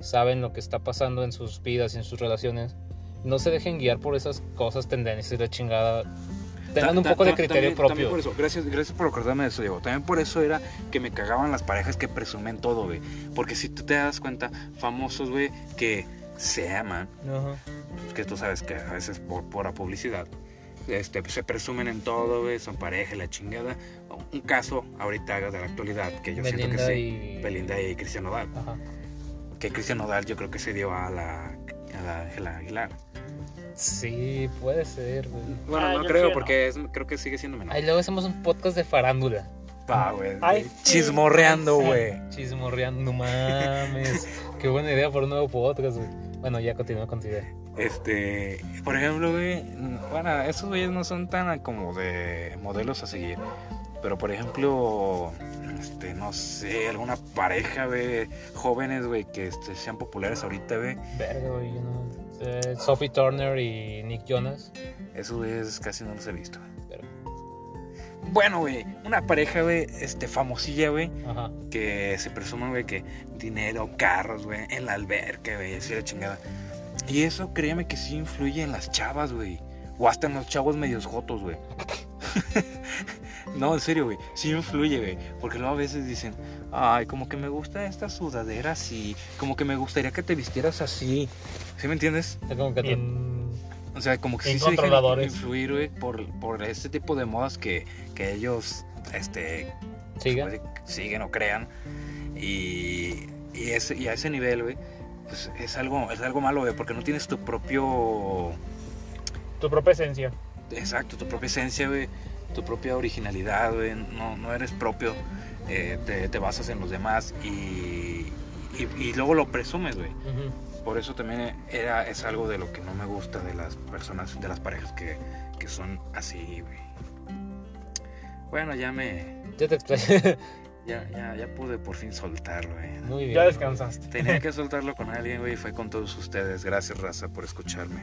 [SPEAKER 2] saben lo que está pasando en sus vidas y en sus relaciones. No se dejen guiar por esas cosas, tendencias y la chingada. Tengan
[SPEAKER 4] Ta-
[SPEAKER 2] un
[SPEAKER 4] ta-
[SPEAKER 2] poco de
[SPEAKER 4] ta-
[SPEAKER 2] criterio
[SPEAKER 4] también-
[SPEAKER 2] propio.
[SPEAKER 4] también por eso. Gracias, gracias por acordarme de eso, Diego. También por eso era que me cagaban las parejas que presumen todo, güey. Porque si tú te das cuenta, famosos, güey, que se aman,
[SPEAKER 3] Ajá.
[SPEAKER 4] pues, que tú sabes que a veces por pura publicidad, este, se presumen en todo, güey, son pareja, y la chingada. Un caso ahorita de la actualidad, que yo siento que
[SPEAKER 2] Belinda
[SPEAKER 4] sí.
[SPEAKER 2] y...
[SPEAKER 4] Belinda y Cristian Nodal.
[SPEAKER 2] Ajá.
[SPEAKER 4] Que Cristian Nodal yo creo que se dio a la a la Ángela Aguilar.
[SPEAKER 2] Sí, puede ser, güey.
[SPEAKER 4] Bueno,
[SPEAKER 3] Ah,
[SPEAKER 4] no
[SPEAKER 3] yo
[SPEAKER 4] creo
[SPEAKER 3] creo
[SPEAKER 4] porque es- creo que sigue siendo menor.
[SPEAKER 2] Ahí luego hacemos un podcast de farándula.
[SPEAKER 4] Va, güey.
[SPEAKER 3] Ay, sí.
[SPEAKER 4] Chismorreando,
[SPEAKER 3] Ay, sí.
[SPEAKER 4] güey.
[SPEAKER 2] Chismorreando, no mames. Qué buena idea para un nuevo podcast, güey. Bueno, ya continúa con tu idea.
[SPEAKER 4] Este, por ejemplo, güey, bueno, esos güeyes no son tan como de modelos a seguir. Pero por ejemplo, este, no sé, alguna pareja, güey, jóvenes, güey, que este, sean populares ahorita, güey.
[SPEAKER 2] Verga, güey, yo no. Eh, Sophie Turner y Nick Jonas.
[SPEAKER 4] Esos güeyes casi no los he visto.
[SPEAKER 2] Pero-
[SPEAKER 4] Bueno, güey, una pareja, güey, este, famosilla, güey,
[SPEAKER 2] Ajá.
[SPEAKER 4] que se presume, güey, que dinero, carros, güey, en la alberca, güey, así la chingada. Y eso, créeme que sí influye en las chavas, güey. O hasta en los chavos medios jotos, güey. no, en serio, güey. Sí influye, güey. Porque luego a veces dicen, ay, como que me gusta esta sudadera así. Como que me gustaría que te vistieras así. ¿Sí me entiendes?
[SPEAKER 2] Está como que
[SPEAKER 3] Bien.
[SPEAKER 4] O sea, como que sí
[SPEAKER 3] Bien
[SPEAKER 4] se dejan
[SPEAKER 3] controladores.
[SPEAKER 4] influir, güey, por, por este tipo de modas que, que ellos, este,
[SPEAKER 2] siga.
[SPEAKER 4] pues, siguen o crean. Y, y, ese- y a ese nivel, güey, pues es algo, es algo malo, güey, porque no tienes tu propio.
[SPEAKER 3] Tu propia esencia.
[SPEAKER 4] Exacto, tu propia esencia, güey, tu propia originalidad, güey, no, no eres propio, eh, te, te basas en los demás y, y, y luego lo presumes, güey.
[SPEAKER 2] Ujú.
[SPEAKER 4] Por eso también era, es algo de lo que no me gusta de las personas, de las parejas que, que son así, güey. Bueno, ya me.
[SPEAKER 2] Ya te explayé.
[SPEAKER 4] Ya, ya, ya pude por fin soltarlo, güey.
[SPEAKER 2] Muy bien.
[SPEAKER 3] Ya descansaste.
[SPEAKER 4] Tenía que soltarlo con alguien, güey, y fue con todos ustedes. Gracias, raza, por escucharme.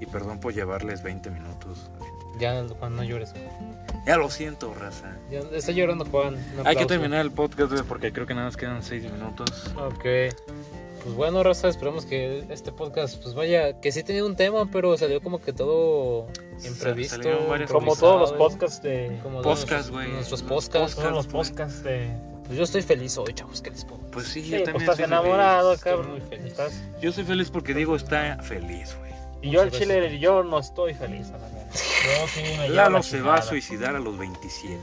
[SPEAKER 4] Y perdón por llevarles 20 minutos.
[SPEAKER 2] Ya, Juan, no llores. güey.
[SPEAKER 4] Ya lo siento, raza.
[SPEAKER 2] Ya está llorando Juan. Un
[SPEAKER 4] Hay que
[SPEAKER 2] aplauso.
[SPEAKER 4] terminar el podcast, güey, porque creo que nada más quedan 6 minutos.
[SPEAKER 2] Ok. Pues bueno, Raza, esperemos que este podcast, pues vaya, que sí tenía un tema, pero salió como que todo
[SPEAKER 4] Sa-
[SPEAKER 2] imprevisto.
[SPEAKER 4] salieron varias
[SPEAKER 3] Como ¿eh?
[SPEAKER 4] Improvisado,
[SPEAKER 3] todos los
[SPEAKER 2] improvisado, Pues
[SPEAKER 3] podcasts de.
[SPEAKER 2] como todos
[SPEAKER 4] Podcast, güey.
[SPEAKER 2] Nuestros
[SPEAKER 4] Los
[SPEAKER 2] podcasts.
[SPEAKER 3] Todos los
[SPEAKER 4] güey.
[SPEAKER 3] podcasts de.
[SPEAKER 2] Pues yo estoy feliz hoy, chavos, que les puedo.
[SPEAKER 4] Pues sí,
[SPEAKER 3] Sí,
[SPEAKER 4] yo
[SPEAKER 3] pues
[SPEAKER 4] también
[SPEAKER 3] estás
[SPEAKER 4] estoy
[SPEAKER 3] enamorado,
[SPEAKER 4] feliz.
[SPEAKER 3] cabrón.
[SPEAKER 2] Estoy muy feliz.
[SPEAKER 3] Estás-
[SPEAKER 4] Yo soy feliz porque Diego está feliz, güey.
[SPEAKER 3] Y yo al
[SPEAKER 2] Muchas
[SPEAKER 3] chile, yo no estoy feliz. la verdad. Yo sí me llevo
[SPEAKER 4] Lalo
[SPEAKER 3] la
[SPEAKER 4] se va a
[SPEAKER 3] chingada.
[SPEAKER 4] suicidar a los 27.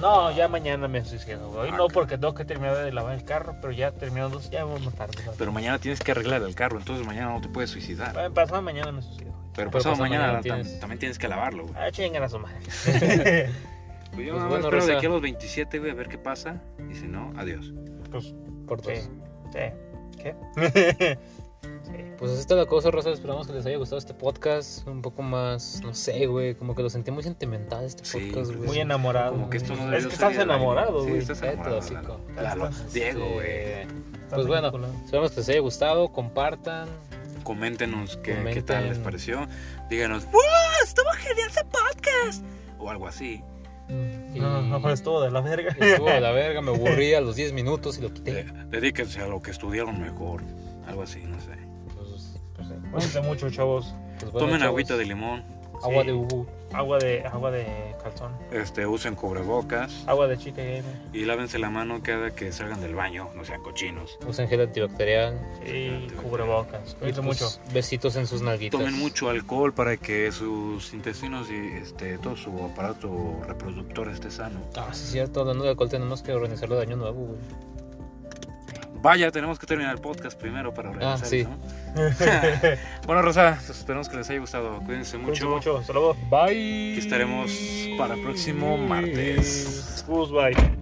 [SPEAKER 3] No, ya mañana me suicido, güey. Hoy
[SPEAKER 4] Ah,
[SPEAKER 3] no,
[SPEAKER 4] cabrón.
[SPEAKER 3] porque tengo que terminar de lavar el carro, pero ya terminando, ya vamos tarde. güey.
[SPEAKER 4] Pero mañana tienes que arreglar el carro, entonces mañana no te puedes suicidar.
[SPEAKER 3] Bueno, pasado mañana me suicido. güey.
[SPEAKER 4] Pero
[SPEAKER 2] Pero
[SPEAKER 4] pasado
[SPEAKER 2] pasado
[SPEAKER 4] mañana,
[SPEAKER 2] mañana
[SPEAKER 4] tam-
[SPEAKER 2] tienes-
[SPEAKER 4] también tienes que lavarlo, güey.
[SPEAKER 3] Ah, chingan a su madre.
[SPEAKER 4] Pues yo
[SPEAKER 2] Pues
[SPEAKER 4] nada más
[SPEAKER 2] bueno,
[SPEAKER 4] espero de
[SPEAKER 2] Rosa.
[SPEAKER 4] aquí a los 27, güey, a ver qué pasa. Y si no, adiós.
[SPEAKER 3] Pues,
[SPEAKER 2] Por dos.
[SPEAKER 3] sí. Sí. ¿Qué? sí.
[SPEAKER 2] Pues así está la cosa, Raza. Esperamos que les haya gustado este podcast. Un poco más, no sé, güey. Como que lo sentí muy sentimental este
[SPEAKER 4] Sí, pues,
[SPEAKER 2] podcast, güey.
[SPEAKER 3] Muy enamorado.
[SPEAKER 4] Como que esto no
[SPEAKER 3] güey.
[SPEAKER 4] debió
[SPEAKER 3] Ah, Es que
[SPEAKER 4] salir
[SPEAKER 3] estás
[SPEAKER 4] al aire.
[SPEAKER 3] enamorado,
[SPEAKER 4] Sí,
[SPEAKER 3] güey.
[SPEAKER 4] estás
[SPEAKER 2] Cállate el
[SPEAKER 4] enamorado.
[SPEAKER 2] hocico.
[SPEAKER 4] Lalo. Lalo, Diego, güey.
[SPEAKER 2] Este,
[SPEAKER 3] Estás
[SPEAKER 2] Pues bueno.
[SPEAKER 3] vinculado.
[SPEAKER 2] Esperamos que les haya gustado. Compartan.
[SPEAKER 4] Coméntenos qué, qué
[SPEAKER 2] Comenten.
[SPEAKER 4] tal les pareció. Díganos, ¡Wow! ¡Estuvo genial ese podcast! O algo así.
[SPEAKER 3] Mm. No, no, no, es todo de la verga.
[SPEAKER 2] Estuvo de la verga, me aburrí a los 10 minutos y lo quité.
[SPEAKER 4] De- Eh, dedíquense a lo que estudiaron mejor. Algo así, no sé.
[SPEAKER 2] Pues, pues, sí.
[SPEAKER 3] Cuídense mucho, chavos.
[SPEAKER 2] Pues bueno,
[SPEAKER 4] Tomen
[SPEAKER 2] chavos,
[SPEAKER 4] agüita de limón.
[SPEAKER 2] agua
[SPEAKER 3] Sí.
[SPEAKER 2] de ubu.
[SPEAKER 3] Agua de, agua de calzón.
[SPEAKER 4] Este, usen cubrebocas.
[SPEAKER 3] Agua de chica gamer.
[SPEAKER 4] Y lávense la mano cada que salgan del baño. No sean cochinos.
[SPEAKER 2] Usen gel antibacterial.
[SPEAKER 3] Y cubrebocas. Cuídense
[SPEAKER 2] Y, pues,
[SPEAKER 3] mucho.
[SPEAKER 2] Besitos en sus nalguitas.
[SPEAKER 4] Tomen mucho alcohol para que sus intestinos y este, todo su aparato reproductor esté sano.
[SPEAKER 2] Ah, sí, es cierto. Hablando de alcohol, tenemos que organizarlo de año nuevo, güey.
[SPEAKER 4] Vaya, tenemos que terminar el podcast primero para regresar.
[SPEAKER 2] sí.
[SPEAKER 4] ¿no? bueno, Rosa, pues esperamos que les haya gustado. Cuídense
[SPEAKER 3] Cuídense
[SPEAKER 4] mucho.
[SPEAKER 3] mucho. Hasta luego.
[SPEAKER 2] Bye.
[SPEAKER 4] Aquí estaremos para próximo martes.
[SPEAKER 3] Goodbye.